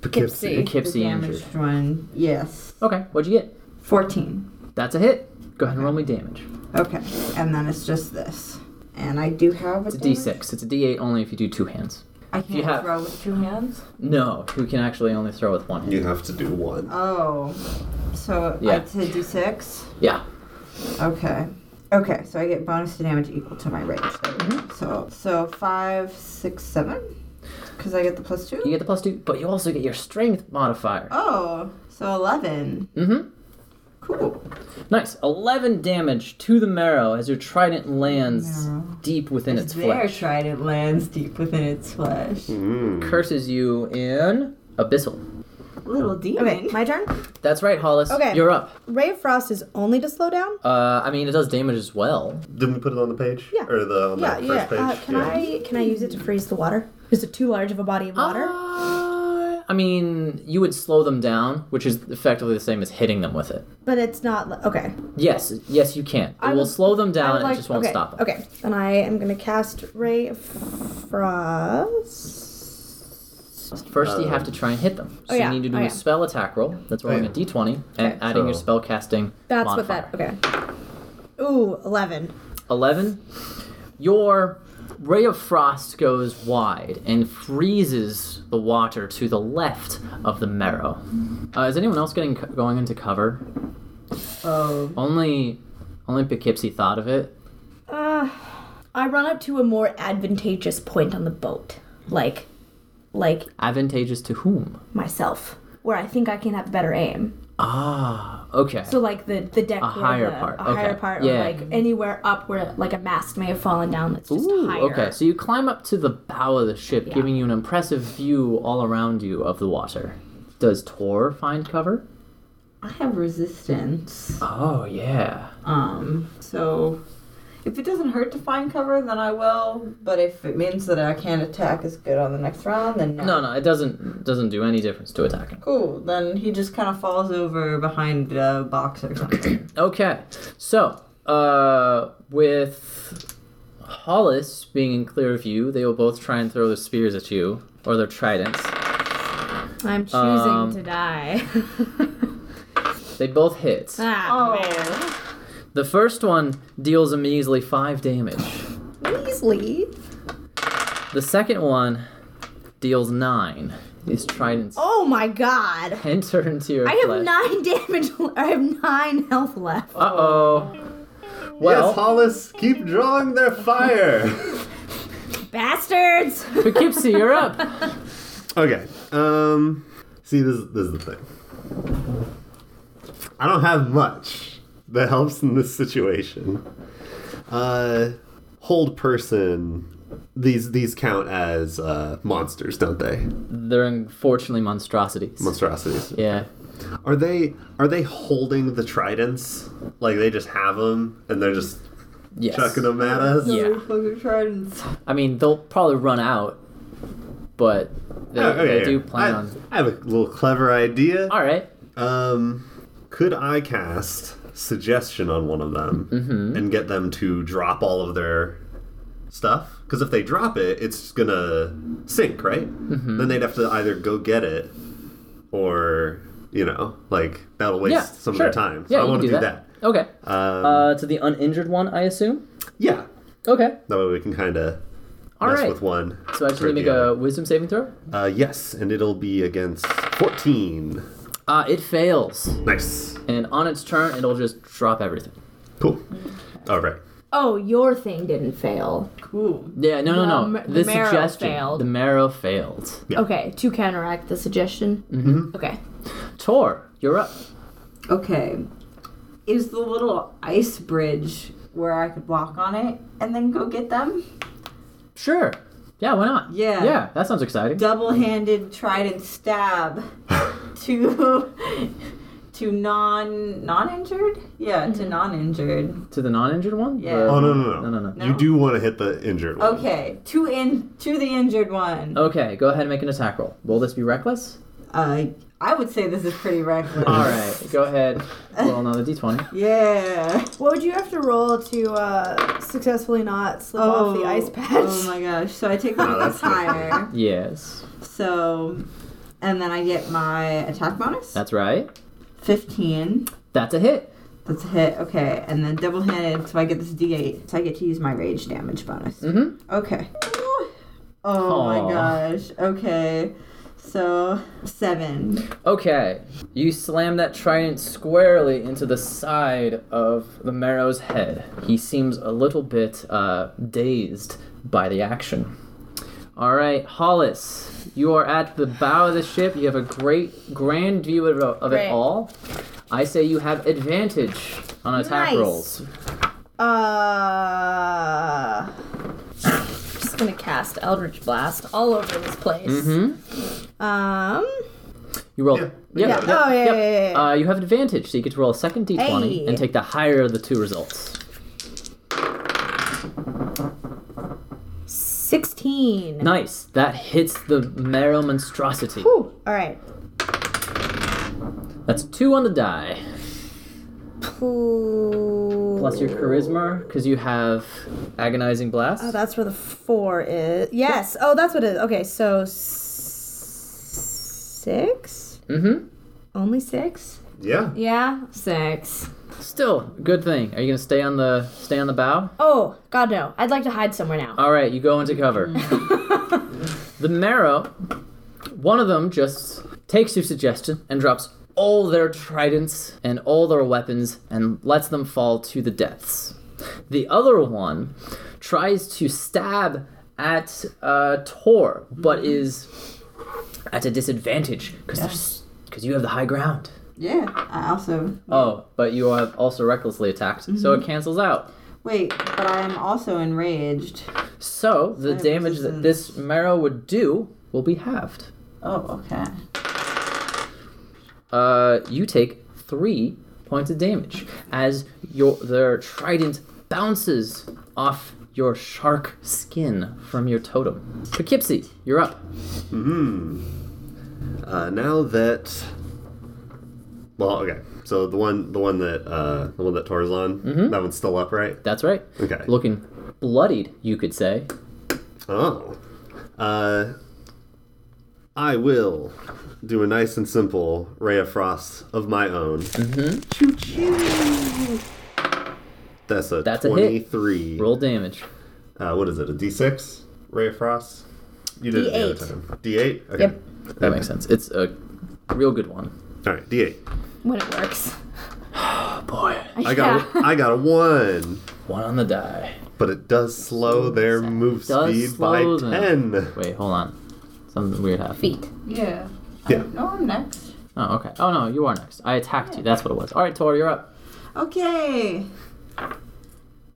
Speaker 6: Poughkeepsie.
Speaker 1: Poughkeepsie injured.
Speaker 4: Damaged one. Yes.
Speaker 1: Okay, what'd you get?
Speaker 4: Fourteen.
Speaker 1: That's a hit. Go ahead and roll me damage.
Speaker 4: Okay, and then it's just this. And I do have a
Speaker 1: It's a d6. It's a d8 only if you do two hands.
Speaker 7: I
Speaker 1: you
Speaker 7: can't
Speaker 1: have-
Speaker 7: throw with two hands.
Speaker 1: No, you can actually only throw with one hand.
Speaker 3: You have to do
Speaker 6: Uh,
Speaker 3: one.
Speaker 4: Oh, so
Speaker 1: Yeah.
Speaker 4: I did do six.
Speaker 1: Yeah.
Speaker 4: Okay. Okay, so I get bonus to damage equal to my rage.
Speaker 1: Mm-hmm.
Speaker 4: So so five, six, seven, because I get the plus two.
Speaker 1: You get the plus two, but you also get your strength modifier.
Speaker 4: Oh, so eleven.
Speaker 1: Mm-hmm.
Speaker 4: Cool.
Speaker 1: Nice. 11 damage to the marrow as your trident lands deep within its Mm.
Speaker 7: Their
Speaker 1: flesh.
Speaker 7: trident
Speaker 3: Hmm.
Speaker 7: lands deep within its flesh.
Speaker 1: Curses you in Abyssal.
Speaker 4: Little demon.
Speaker 6: Okay, my turn.
Speaker 1: That's right, Hollis.
Speaker 6: Okay.
Speaker 1: You're up.
Speaker 6: Ray of Frost is only to slow down.
Speaker 1: Uh, I mean, it does damage as well.
Speaker 3: Didn't we put it on the page?
Speaker 6: Yeah.
Speaker 3: Or the on
Speaker 6: yeah,
Speaker 3: the
Speaker 6: yeah.
Speaker 3: first page?
Speaker 6: Uh, can I can I use it to freeze the water? Is it too large of a body of
Speaker 1: Ah.
Speaker 6: water?
Speaker 1: Uh, I mean, you would slow them down, which is effectively the same as hitting them with it.
Speaker 6: but it's not. li- Okay.
Speaker 1: Yes, yes, you can. It
Speaker 6: I
Speaker 1: will
Speaker 6: would-
Speaker 1: slow them
Speaker 6: I
Speaker 1: down,
Speaker 6: would
Speaker 1: and
Speaker 6: like-
Speaker 1: it just won't
Speaker 6: okay,
Speaker 1: stop them.
Speaker 6: Okay. And I am gonna cast Ray of Frost.
Speaker 1: First, you have to try and hit them. So
Speaker 6: oh, yeah,
Speaker 1: you need to do
Speaker 6: oh,
Speaker 1: a
Speaker 6: yeah.
Speaker 1: spell attack roll. That's rolling a d20 and adding your
Speaker 3: so-
Speaker 1: spell casting.
Speaker 6: That's what that. Okay. Ooh, eleven.
Speaker 1: 11 your ray of frost goes wide and freezes the water to the left of the marrow uh, is anyone else getting going into cover
Speaker 7: Oh,
Speaker 1: only only poughkeepsie thought of it
Speaker 6: Uh, I run up to a more advantageous point on the boat, like, like
Speaker 1: advantageous to whom
Speaker 6: myself, where I think I can have better aim.
Speaker 1: ah okay
Speaker 6: So like the the deck,
Speaker 1: A
Speaker 6: where
Speaker 1: higher
Speaker 6: the-
Speaker 1: part,
Speaker 6: a
Speaker 1: okay,
Speaker 6: higher part,
Speaker 1: yeah.
Speaker 6: or like anywhere up where like a mast may have fallen down. That's just
Speaker 1: Ooh,
Speaker 6: higher.
Speaker 1: okay so you climb up to the bow of the ship giving you an impressive view all around you of the water does tor find cover
Speaker 4: I have resistance.
Speaker 1: oh yeah
Speaker 4: Um, so if it doesn't hurt to find cover, then I will. But if it means that I can't attack as good on the next round, then no.
Speaker 1: no no it doesn't doesn't do any difference to attacking
Speaker 4: Cool. Then he just kind of falls over behind a box or something.
Speaker 1: Okay. So, uh, with Hollis being in clear view, they will both try and throw their spears at you, or their tridents.
Speaker 6: I'm choosing
Speaker 1: Um,
Speaker 6: to die.
Speaker 1: They both hit.
Speaker 6: ah,
Speaker 4: oh,
Speaker 1: The first one deals a measly five damage.
Speaker 6: Weasley.
Speaker 1: The second one deals nine. These tridents
Speaker 6: Oh my god.
Speaker 1: enter into your
Speaker 6: I have
Speaker 1: flesh.
Speaker 6: nine damage. le- I have nine health left.
Speaker 1: Uh oh. Well,
Speaker 3: yes, Hollis, keep drawing their fire.
Speaker 6: Bastards.
Speaker 1: Poughkeepsie, you're up.
Speaker 3: Okay. Um. See, this this is the thing. I don't have much that helps in this situation. Uh, hold person. These these count as uh, monsters, don't they?
Speaker 1: They're unfortunately monstrosities.
Speaker 3: Monstrosities.
Speaker 1: yeah.
Speaker 3: Are they are they holding the tridents? Like they just have them and they're just
Speaker 1: Yes.
Speaker 3: chucking them at us?
Speaker 1: Yeah.
Speaker 4: fucking tridents.
Speaker 1: I mean, they'll probably run out, but they,
Speaker 3: Oh, okay,
Speaker 1: they
Speaker 3: yeah.
Speaker 1: do plan
Speaker 3: I,
Speaker 1: on.
Speaker 3: I have a little clever idea.
Speaker 1: All right.
Speaker 3: Um, could I cast suggestion on one of them
Speaker 1: Mm-hmm.
Speaker 3: and get them to drop all of their stuff? Because if they drop it, it's gonna sink, right?
Speaker 1: Mm-hmm.
Speaker 3: Then they'd have to either go get it or you know, like that'll waste
Speaker 1: Yeah.
Speaker 3: some
Speaker 1: sure.
Speaker 3: of their time. So
Speaker 1: Yeah,
Speaker 3: I
Speaker 1: you
Speaker 3: want
Speaker 1: can
Speaker 3: to do that.
Speaker 1: that. Okay.
Speaker 3: Um,
Speaker 1: uh, to the uninjured one, I assume.
Speaker 3: yeah,
Speaker 1: Okay.
Speaker 3: that way we can kind of
Speaker 1: All
Speaker 3: mess
Speaker 1: right.
Speaker 3: with one.
Speaker 1: So I just need to
Speaker 3: or the
Speaker 1: make a wisdom saving throw.
Speaker 3: other. Uh, yes, and it'll be against fourteen.
Speaker 1: Uh, it fails,
Speaker 3: Nice,
Speaker 1: and on its turn, it'll just drop everything.
Speaker 3: cool. All right.
Speaker 6: Oh, your thing didn't fail.
Speaker 7: cool.
Speaker 1: Yeah. No, no, no.
Speaker 6: The m-
Speaker 1: the
Speaker 6: the marrow
Speaker 1: suggestion.
Speaker 6: failed.
Speaker 1: The marrow failed.
Speaker 3: Yeah.
Speaker 6: Okay, to counteract the suggestion. Mm-hmm. Okay.
Speaker 1: Tor, you're up.
Speaker 4: Okay. Is the little ice bridge where I could walk on it and then go get them?
Speaker 1: Sure. Yeah. Why not?
Speaker 4: Yeah.
Speaker 1: Yeah. That sounds exciting.
Speaker 4: Double-handed trident stab to to non non-injured? Yeah,
Speaker 6: Mm-hmm.
Speaker 4: to non-injured.
Speaker 1: to the non-injured one.
Speaker 4: Yeah.
Speaker 1: The-
Speaker 3: Oh no no no
Speaker 1: No, no, no.
Speaker 3: You
Speaker 4: No?
Speaker 3: do want to hit the injured one.
Speaker 4: Okay, to in to the injured one.
Speaker 6: Oh.
Speaker 1: Okay. Go ahead and make an attack roll. Will this be reckless?
Speaker 4: Uh, I would say this is pretty reckless.
Speaker 1: All right. Go ahead. Roll another d20.
Speaker 4: Yeah.
Speaker 6: What would you have to roll to uh, successfully not slip off the ice patch?
Speaker 4: Oh my gosh. So I take the
Speaker 3: No, that's
Speaker 4: higher.
Speaker 1: Yes.
Speaker 4: So, and then I get my attack bonus.
Speaker 1: That's right.
Speaker 4: 15.
Speaker 1: That's a hit.
Speaker 4: That's a hit. Okay. And then double handed, so I get this d8. So I get to use my rage damage bonus.
Speaker 1: Mm-hmm.
Speaker 4: Okay. Oh my
Speaker 1: Aw.
Speaker 4: gosh. Okay. So, seven.
Speaker 1: Okay. You slam that trident squarely into the side of the Marrow's head. He seems a little bit uh, dazed by the action. All right, Hollis, you are at the bow of the ship. You have a great, grand view of, of it
Speaker 6: Great.
Speaker 1: all. I say you have advantage on attack
Speaker 6: Nice.
Speaker 1: rolls.
Speaker 6: Uh, just gonna cast Eldritch Blast all over this place.
Speaker 1: Mhm.
Speaker 6: Um,
Speaker 1: You roll.
Speaker 3: Yeah.
Speaker 1: Yep,
Speaker 3: Yeah.
Speaker 1: yep,
Speaker 6: Oh, yeah,
Speaker 1: yep.
Speaker 6: yeah, yeah, yeah.
Speaker 1: Uh, you have advantage, so you get to roll a second d20
Speaker 6: Hey.
Speaker 1: and take the higher of the two results.
Speaker 6: 16.
Speaker 1: Nice. That hits the marrow monstrosity.
Speaker 6: Whew. All right.
Speaker 1: That's two on the die.
Speaker 6: Plus
Speaker 1: Plus your charisma, because you have agonizing blast.
Speaker 6: Oh, that's where the four is. Yes. Oh, that's what it is. Okay, so s- six?
Speaker 1: mm-hmm.
Speaker 6: Only six?
Speaker 3: Yeah.
Speaker 6: Yeah, six.
Speaker 1: Still, good thing. Are you gonna stay on the stay on the bow?
Speaker 6: Oh, God, no. I'd like to hide somewhere now.
Speaker 1: All right, you go into cover.
Speaker 6: Mm.
Speaker 1: the marrow. One of them just takes your suggestion and drops all their tridents and all their weapons and lets them fall to the depths. The other one tries to stab at uh, Tor,
Speaker 6: Mm.
Speaker 1: but is at a disadvantage because because you have the high ground.
Speaker 4: Yeah, I also
Speaker 1: Oh, but you have also recklessly attacked, so it cancels out.
Speaker 4: wait, but I am also enraged.
Speaker 1: So the
Speaker 4: Five
Speaker 1: damage that this marrow would do will be halved.
Speaker 4: Oh, okay.
Speaker 1: Uh, you take three points of damage as your their trident bounces off your shark skin from your totem. Poughkeepsie, you're up.
Speaker 3: Hmm. Uh, now that, well, okay. So the one, the one that, uh, the one that Tor's on,
Speaker 1: Mm-hmm.
Speaker 3: that one's still up, right?
Speaker 1: That's right.
Speaker 3: Okay.
Speaker 1: Looking bloodied, you could say.
Speaker 3: Oh. Uh, I will do a nice and simple Ray of Frost of my own. Mm-hmm. That's a
Speaker 1: That's a hit.
Speaker 3: 23.
Speaker 1: Roll damage.
Speaker 3: Uh, what is it, a d6? Ray of Frost? You did it the
Speaker 6: D8.
Speaker 3: other time. D8? Okay.
Speaker 6: Yep.
Speaker 1: That makes sense. It's a real good one.
Speaker 3: All right, D8.
Speaker 6: When it works.
Speaker 1: Oh boy.
Speaker 3: I got, a, I got a 1,
Speaker 1: One on the die.
Speaker 3: but it does slow their move
Speaker 1: Does
Speaker 3: speed by
Speaker 1: slow them.
Speaker 3: 10.
Speaker 1: Wait, hold on. Something weird happened.
Speaker 2: Feet.
Speaker 4: Yeah.
Speaker 3: Yeah.
Speaker 4: No, I'm next.
Speaker 1: Oh, okay. Oh no, you are next. I attacked you. That's what it was. All right, Tor, you're up.
Speaker 4: Okay.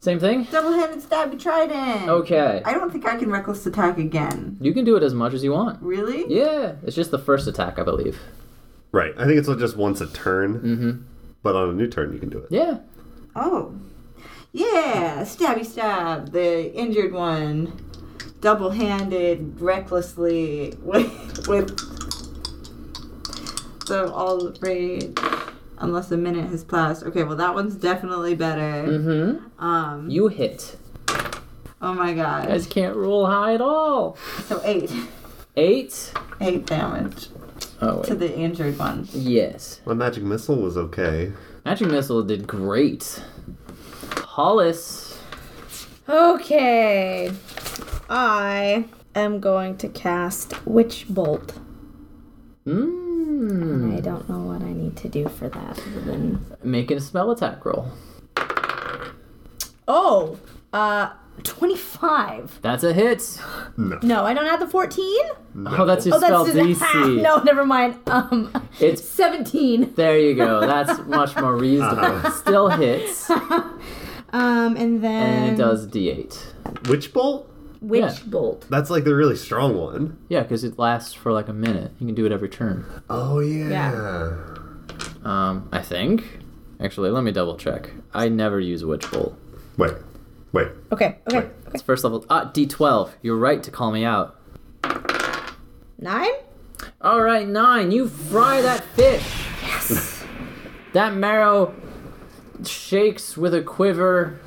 Speaker 1: Same thing.
Speaker 4: Double-headed stabby trident.
Speaker 1: Okay.
Speaker 4: I don't think I can reckless attack again.
Speaker 1: You can do it as much as you want.
Speaker 4: Really?
Speaker 1: Yeah, it's just the first attack, I believe.
Speaker 3: Right. I think it's just once a turn,
Speaker 1: Mm-hmm.
Speaker 3: but on a new turn you can do it.
Speaker 1: Yeah.
Speaker 4: Oh. Yeah, stabby stab, the injured one. Double handed, recklessly, with, with the all rage. Unless a minute has passed. Okay, well, that one's definitely better.
Speaker 1: Mm-hmm.
Speaker 4: Um,
Speaker 1: You hit.
Speaker 4: oh my
Speaker 1: You
Speaker 4: god.
Speaker 1: guys can't roll high at all.
Speaker 4: So, eight.
Speaker 1: Eight.
Speaker 4: Eight damage
Speaker 1: Oh
Speaker 4: to
Speaker 1: wait.
Speaker 4: the injured one.
Speaker 1: Yes.
Speaker 3: My magic missile was okay.
Speaker 1: Magic missile did great. Hollis.
Speaker 6: Okay. I am going to cast Witch Bolt.
Speaker 1: Mmm.
Speaker 6: I don't know what I need to do for that. other than-
Speaker 1: Making a spell attack roll.
Speaker 6: Oh, uh, 25.
Speaker 1: That's a hit.
Speaker 6: No, I don't have the 14?
Speaker 1: Oh, that's your
Speaker 6: Oh,
Speaker 1: spell
Speaker 6: that's
Speaker 1: DC.
Speaker 6: no, never mind. Um,
Speaker 1: It's
Speaker 6: 17.
Speaker 1: there. You go. That's much more reasonable. Still hits,
Speaker 6: Um, and then
Speaker 1: and it does D8.
Speaker 3: Witch Bolt?
Speaker 6: Witch
Speaker 1: yeah.
Speaker 6: Bolt.
Speaker 3: That's like the really strong one.
Speaker 1: Yeah, because it lasts for like a minute. You can do it every turn.
Speaker 3: Oh yeah.
Speaker 1: Um, I think. Actually, let me double check. I never use Witch Bolt.
Speaker 3: Wait. Wait.
Speaker 6: Okay, okay.
Speaker 1: It's first level. Ah, D12. You're right to call me out.
Speaker 6: Nine?
Speaker 1: All right, nine. You fry that fish. that marrow shakes with a quiver.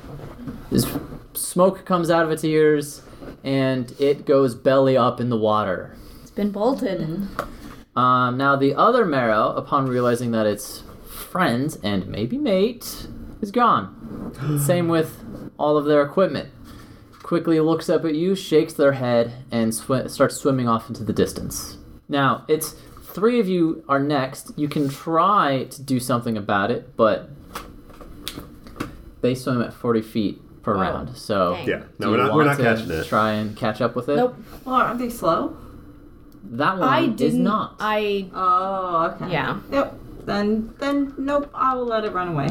Speaker 1: This smoke comes out of its ears, and it goes belly up in the water.
Speaker 6: It's been bolted.
Speaker 1: Mm-hmm. Um, now the other marrow, upon realizing that its friend and maybe mate is gone, same with all of their equipment, quickly looks up at you, shakes their head, and sw- starts swimming off into the distance. Now it's three of you are next. You can try to do something about it, but they swim at forty feet per round. So
Speaker 6: Oh, dang.
Speaker 3: Yeah.
Speaker 1: do
Speaker 3: No, we're
Speaker 1: you
Speaker 3: not we're
Speaker 1: want
Speaker 3: not
Speaker 1: to
Speaker 3: catching it.
Speaker 1: Try and catch up with it.
Speaker 6: Nope.
Speaker 4: Well, aren't they slow?
Speaker 1: That one
Speaker 6: I
Speaker 1: is
Speaker 6: didn't.
Speaker 1: not.
Speaker 6: I.
Speaker 4: Oh, okay.
Speaker 6: Yeah.
Speaker 4: Yep. Then, then, nope, I will let it run away.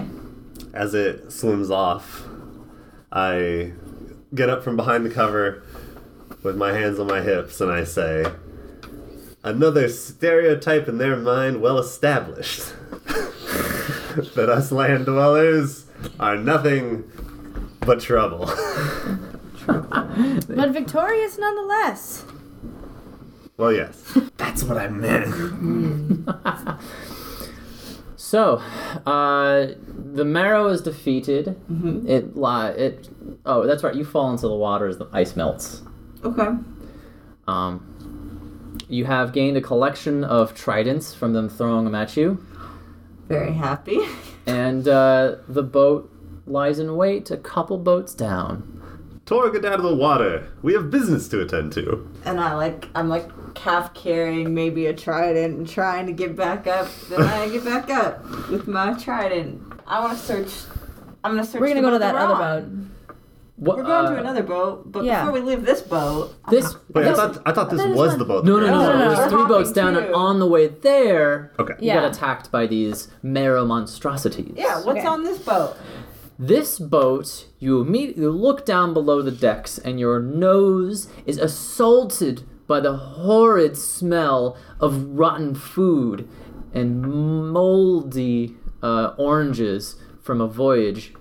Speaker 3: As it swims off, I get up from behind the cover with my hands on my hips and I say, Another stereotype in their mind well established that us land dwellers are nothing but trouble.
Speaker 6: But victorious nonetheless.
Speaker 3: well, yes.
Speaker 5: That's what I meant.
Speaker 1: So, uh, the marrow is defeated.
Speaker 4: Mm-hmm.
Speaker 1: It li- it oh, that's right. You fall into the water as the ice melts.
Speaker 4: Okay.
Speaker 1: Um, you have gained a collection of tridents from them throwing them at you,
Speaker 4: Very happy.
Speaker 1: and uh, the boat lies in wait a couple boats down.
Speaker 3: Tora, get out of the water. We have business to attend to.
Speaker 4: And I like I'm like half carrying maybe a trident and trying to get back up. Then I get back up with my trident. I want to search. I'm gonna search.
Speaker 6: We're gonna
Speaker 4: the
Speaker 6: go to
Speaker 4: boat
Speaker 6: that other
Speaker 4: wrong.
Speaker 6: boat.
Speaker 1: What,
Speaker 4: We're going
Speaker 1: uh,
Speaker 4: to another boat, but
Speaker 6: yeah.
Speaker 4: before we leave this boat,
Speaker 1: This
Speaker 3: Wait, I thought I thought this was the boat.
Speaker 1: no no no no.
Speaker 6: No, no, no,
Speaker 1: There's
Speaker 6: we're
Speaker 1: three boats down,
Speaker 4: hopping too.
Speaker 1: and on the way there,
Speaker 3: Okay.
Speaker 1: you
Speaker 6: Yeah.
Speaker 1: got attacked by these marrow monstrosities.
Speaker 4: yeah, what's
Speaker 6: Okay.
Speaker 4: on this boat?
Speaker 1: This boat, you immediately look down below the decks, and your nose is assaulted by the horrid smell of rotten food and moldy uh, oranges from a voyage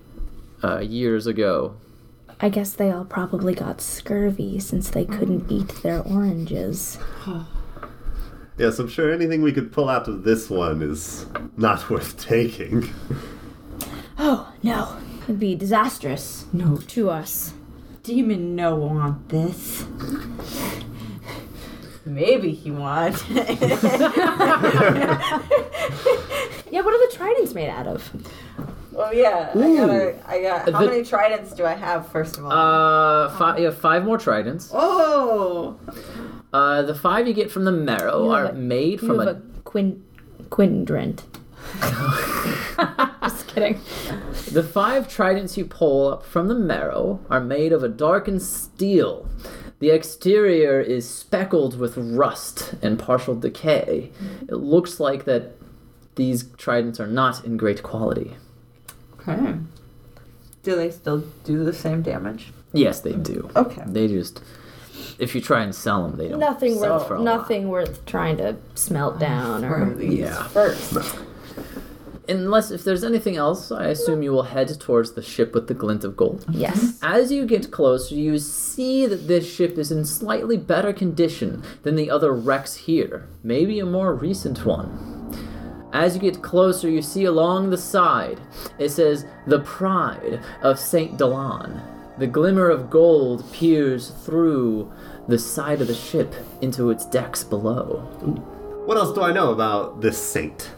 Speaker 1: uh, years ago.
Speaker 2: I guess they all probably got scurvy since they couldn't eat their oranges.
Speaker 3: Yes, I'm sure anything we could pull out of this one is not worth taking.
Speaker 6: Oh no. It'd be disastrous. No. To us.
Speaker 4: Demon no want this. Maybe he want.
Speaker 6: Yeah, what are the tridents made out of?
Speaker 4: well, yeah. I gotta. I got. How
Speaker 1: The-
Speaker 4: many tridents do I have? First of all.
Speaker 1: Uh, fi- you have five more tridents.
Speaker 4: oh.
Speaker 1: Uh, the five you get from the marrow are
Speaker 2: have a-
Speaker 1: made
Speaker 2: You
Speaker 1: from
Speaker 2: have
Speaker 1: a.
Speaker 2: a quin- quindrant. Just kidding.
Speaker 1: The five tridents you pull up from the marrow are made of a darkened steel. The exterior is speckled with rust and partial decay. It looks like that these tridents are not in great quality.
Speaker 4: Okay. Do they still do the same damage?
Speaker 1: Yes, they do.
Speaker 4: Okay.
Speaker 1: They just, if you try and sell them, they don't.
Speaker 6: Nothing
Speaker 1: sell
Speaker 6: worth
Speaker 1: for a lot.
Speaker 6: nothing worth trying to smelt down or
Speaker 1: Yeah.
Speaker 4: First.
Speaker 1: Unless if there's anything else, I assume you will head towards the ship with the glint of gold.
Speaker 6: Yes.
Speaker 1: As you get closer, you see that this ship is in slightly better condition than the other wrecks here, maybe a more recent one. As you get closer, you see along the side, it says, The Pride of St. Delon. The glimmer of gold peers through the side of the ship into its decks below.
Speaker 3: What else do I know about this saint?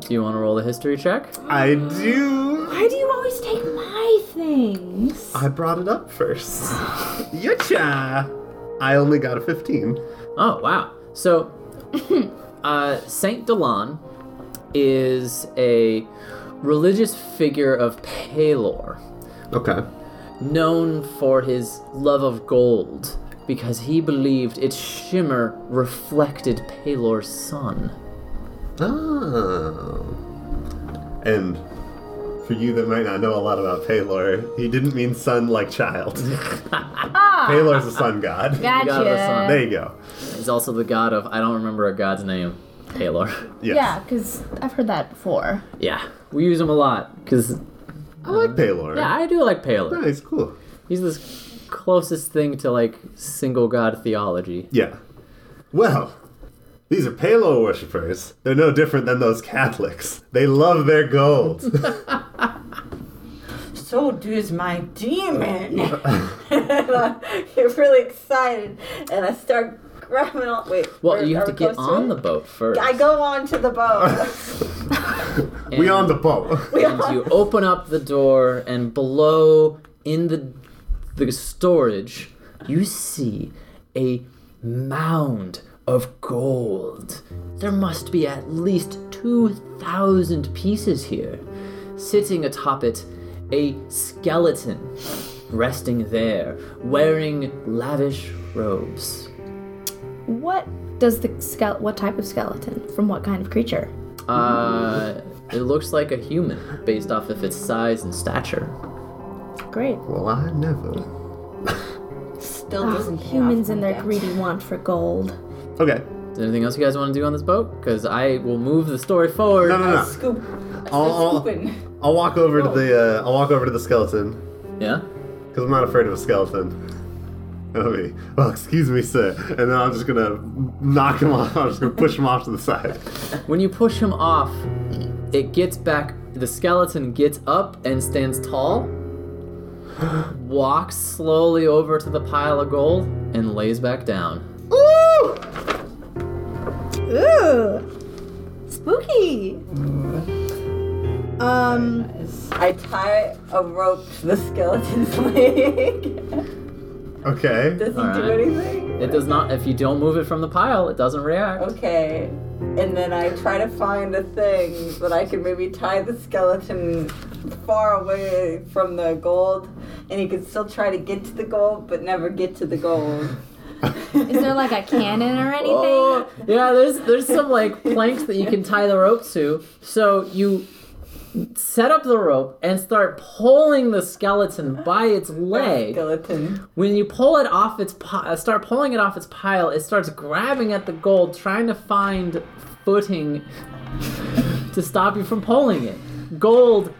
Speaker 1: Do you want to roll a history check?
Speaker 3: I do.
Speaker 6: Why do you always take my things?
Speaker 3: I brought it up first. Yacha! I only got a 15.
Speaker 1: Oh wow! So, uh, Saint Delon is a religious figure of Palor,
Speaker 3: Okay.
Speaker 1: known for his love of gold because he believed its shimmer reflected Palor's sun.
Speaker 3: Oh. And for you that might not know a lot about Paylor, he didn't mean son like child.
Speaker 1: Ah.
Speaker 3: Paylor's a sun god.
Speaker 1: The god of the sun.
Speaker 3: There you go.
Speaker 1: He's also the god of I don't remember a god's name. Palor.
Speaker 3: Yes.
Speaker 2: Yeah, because I've heard that before.
Speaker 1: yeah, we use him a lot because
Speaker 3: I like Paylor.
Speaker 1: yeah, I do like Palor.
Speaker 3: Yeah, he's cool.
Speaker 1: He's this closest thing to like single god theology.
Speaker 3: Yeah. Well, these are Paylor worshippers. They're no different than those Catholics. They love their gold.
Speaker 4: So does my demon. I get really excited and I start grabbing on. Wait.
Speaker 1: Well,
Speaker 4: are-
Speaker 1: you have to
Speaker 4: are we
Speaker 1: get
Speaker 4: close
Speaker 1: on
Speaker 4: it?
Speaker 1: the boat first.
Speaker 4: I go on to the boat.
Speaker 3: we on the boat.
Speaker 1: and you open up the door and below in the the storage you see a mound of gold there must be at least 2000 pieces here sitting atop it a skeleton resting there wearing lavish robes
Speaker 2: What does the skele- what type of skeleton from what kind of creature?
Speaker 1: uh, it looks like a human based off of its size and stature
Speaker 2: Great.
Speaker 3: well, I never.
Speaker 4: Still doesn't pay off
Speaker 2: Ah, Humans
Speaker 4: my
Speaker 2: and their
Speaker 4: debt.
Speaker 2: greedy want for gold.
Speaker 3: Okay.
Speaker 1: Is there anything else you guys want to do on this boat? Because I will move the story forward.
Speaker 3: No, no, no.
Speaker 7: Scoop.
Speaker 3: I'll, I'll,
Speaker 7: Scooping.
Speaker 3: I'll walk over to the uh, I'll walk over to the skeleton
Speaker 1: Yeah?
Speaker 3: because I'm not afraid of a skeleton. It'll be, well, excuse me, sir. And then I'm just gonna knock him off. I'm just gonna push him off to the side.
Speaker 1: When you push him off, it gets back. The skeleton gets up and stands tall, walks slowly over to the pile of gold, and lays back down.
Speaker 6: Ooh. Spooky. Um,
Speaker 4: I tie a rope to the skeleton's leg.
Speaker 3: Okay.
Speaker 4: Does he
Speaker 1: Alright.
Speaker 4: do anything?
Speaker 1: It does not. If you don't move it from the pile, it doesn't react.
Speaker 4: Okay. And then I try to find a thing that I can maybe tie the skeleton far away from the gold, and he can still try to get to the gold, but never get to the gold.
Speaker 2: Is there like a cannon or anything?
Speaker 1: Oh, yeah, there's there's some like planks that you can tie the rope to. So you set up the rope and start pulling the skeleton by its leg.
Speaker 4: Skeleton.
Speaker 1: When you pull it off its pi- uh, start pulling it off its pile, it starts grabbing at the gold, trying to find footing to stop you from pulling it. Gold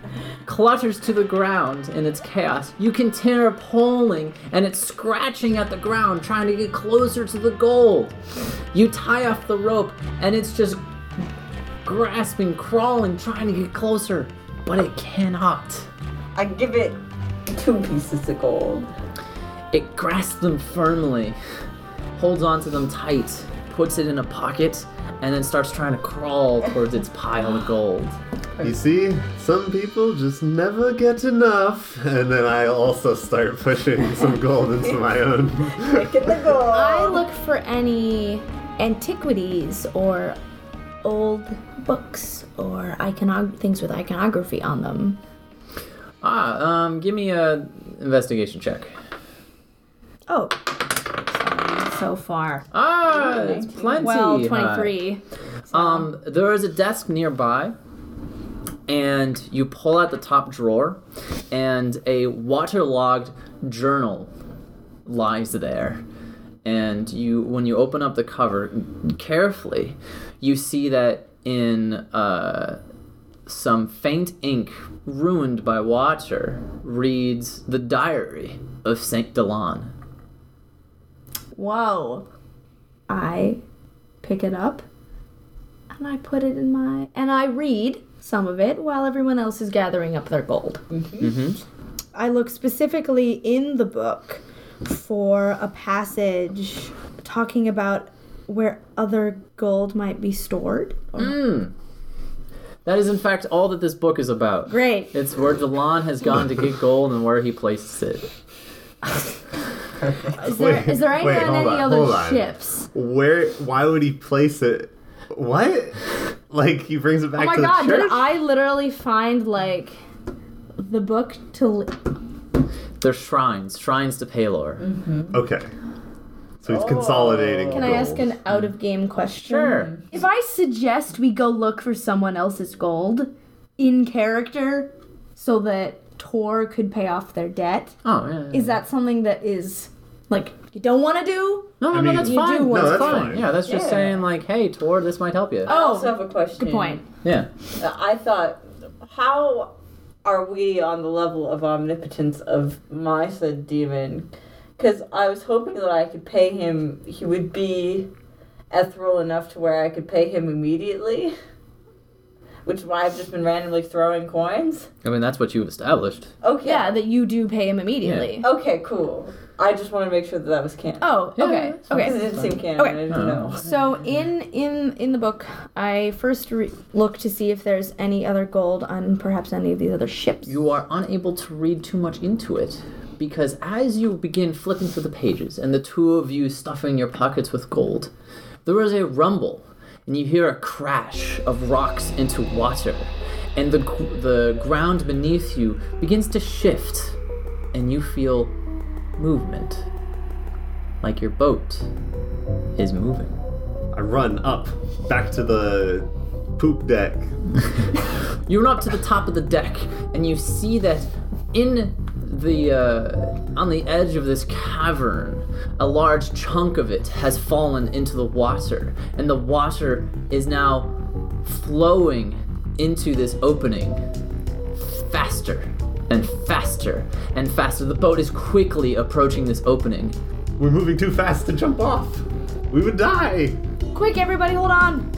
Speaker 1: clutters to the ground in its chaos. You continue pulling, and it's scratching at the ground, trying to get closer to the gold. You tie off the rope, and it's just grasping, crawling, trying to get closer, but it cannot.
Speaker 4: I give it two pieces of gold.
Speaker 1: It grasps them firmly, holds onto them tight, puts it in a pocket, and then starts trying to crawl towards its pile of gold.
Speaker 3: You see, some people just never get enough. And then I also start pushing some gold into my own.
Speaker 4: Get the
Speaker 2: I
Speaker 4: gold.
Speaker 2: look for any antiquities or old books or iconog- things with iconography on them.
Speaker 1: Ah, um, give me a investigation check.
Speaker 2: Oh. So far.
Speaker 1: Ah, it's plenty.
Speaker 2: Well,
Speaker 1: high.
Speaker 2: 23.
Speaker 1: Um, there is a desk nearby, and you pull out the top drawer, and a waterlogged journal lies there. And you, when you open up the cover carefully, you see that in uh, some faint ink, ruined by water, reads the diary of Saint Delon.
Speaker 6: whoa.
Speaker 2: I pick it up and I put it in my. And I read some of it while everyone else is gathering up their gold.
Speaker 3: Mm-hmm.
Speaker 6: I look specifically in the book for a passage talking about where other gold might be stored.
Speaker 2: Oh,
Speaker 1: That is, in fact, all that this book is about.
Speaker 6: Great.
Speaker 1: It's where Delon has gone to get gold and where he places it.
Speaker 2: Is there, is there anyone
Speaker 3: wait,
Speaker 2: on
Speaker 3: hold
Speaker 2: any
Speaker 3: on, hold
Speaker 2: other
Speaker 3: on.
Speaker 2: ships?
Speaker 3: Where? Why would he place it? What? Like he brings it back
Speaker 2: Oh my
Speaker 3: to the
Speaker 2: god,
Speaker 3: church?
Speaker 2: did I literally find like the book to. Li-
Speaker 1: They're shrines, shrines to Palor.
Speaker 3: Okay. So he's consolidating.
Speaker 2: Can I ask an out of game question?
Speaker 1: Sure.
Speaker 2: If I suggest we go look for someone else's gold in character so that Tor could pay off their debt,
Speaker 1: Oh, yeah. yeah.
Speaker 6: Is that something that is like you don't want to do?
Speaker 1: no, no,
Speaker 3: I mean,
Speaker 1: no, that's
Speaker 3: you
Speaker 1: fine.
Speaker 6: do want-
Speaker 3: No,
Speaker 1: that's
Speaker 3: that's
Speaker 1: fine.
Speaker 3: fine.
Speaker 1: Yeah, that's just
Speaker 4: Yeah.
Speaker 1: saying, like, hey, Tor, this might help you.
Speaker 4: I
Speaker 6: Oh,
Speaker 4: also have a question.
Speaker 6: Good point.
Speaker 1: Yeah.
Speaker 4: I thought, how are we on the level of omnipotence of my said demon? Because I was hoping that I could pay him, he would be ethereal enough to where I could pay him immediately. Which is why I've just been randomly throwing coins.
Speaker 1: I mean, that's what you've established.
Speaker 4: Okay.
Speaker 2: yeah, that you do pay him immediately.
Speaker 4: Okay, cool. I just wanted to make sure that that was canon.
Speaker 2: Oh,
Speaker 1: Yeah,
Speaker 2: okay.
Speaker 1: that's
Speaker 2: Okay.
Speaker 4: Because it didn't seem canon. I didn't
Speaker 1: Oh.
Speaker 4: know.
Speaker 6: So in in in the book, I first re- look to see if there's any other gold on perhaps any of these other ships.
Speaker 1: You are unable to read too much into it because as you begin flipping through the pages and the two of you stuffing your pockets with gold, there is a rumble and you hear a crash of rocks into water and the, gr- the ground beneath you begins to shift and you feel movement like your boat is moving.
Speaker 3: I run up back to the poop deck.
Speaker 1: You run up to the top of the deck and you see that in the uh, on the edge of this cavern, a large chunk of it has fallen into the water, and the water is now flowing into this opening faster and faster and faster. The boat is quickly approaching this opening.
Speaker 3: We're moving too fast to jump off. We would die.
Speaker 2: Quick, everybody, hold on.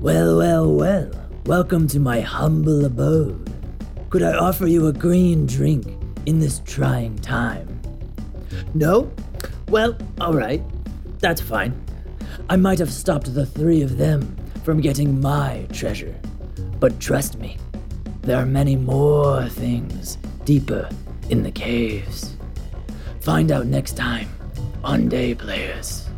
Speaker 8: Well, well, well. Welcome to my humble abode. Could I offer you a green drink in this trying time? No? Well, alright. That's fine. I might have stopped the three of them from getting my treasure. But trust me, there are many more things deeper in the caves. Find out next time on Day Players.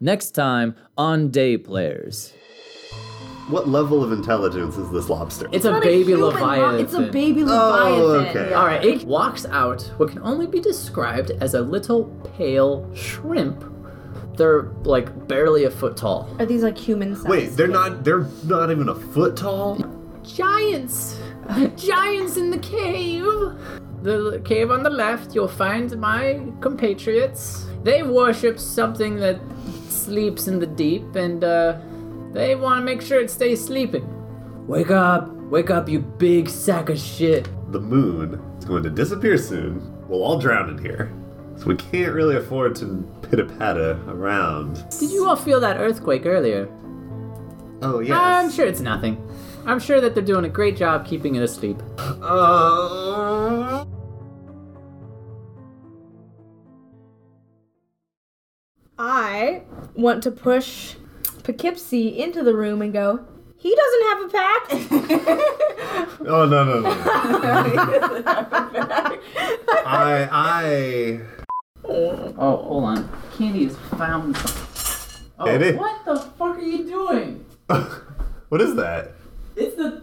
Speaker 1: next time on Day Players.
Speaker 3: What level of intelligence is this lobster?
Speaker 1: It's, a baby leviathan.
Speaker 2: It's a baby
Speaker 3: oh,
Speaker 2: leviathan.
Speaker 3: okay.
Speaker 1: All right, it walks out what can only be described as a little pale shrimp. They're like barely a foot tall.
Speaker 2: Are these like human sized?
Speaker 3: Wait, they're not. They're not even a foot tall.
Speaker 1: Giants, giants in the cave. The cave on the left, you'll find my compatriots. They worship something that sleeps in the deep, and uh, they want to make sure it stays sleeping. Wake up! Wake up, you big sack of shit!
Speaker 3: The moon is going to disappear soon. We'll all drown in here, so we can't really afford to pitter patter around.
Speaker 1: Did you all feel that earthquake earlier?
Speaker 3: Oh
Speaker 1: I'm
Speaker 3: yes.
Speaker 1: sure it's nothing. I'm sure that they're doing a great job keeping it asleep.
Speaker 3: Uh,
Speaker 6: I want to push Poughkeepsie into the room and go, he doesn't have a pack.
Speaker 3: oh no no no. I I.
Speaker 1: Oh, hold on. Candy is found. Oh,
Speaker 3: Candy?
Speaker 1: what the fuck are you doing?
Speaker 3: What is that?
Speaker 1: It's the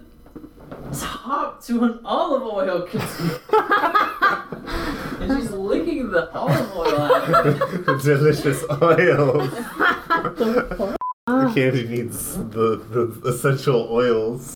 Speaker 1: top to an olive oil container. and she's licking the olive oil out of it.
Speaker 3: Delicious oil. Candy needs the, the essential oils.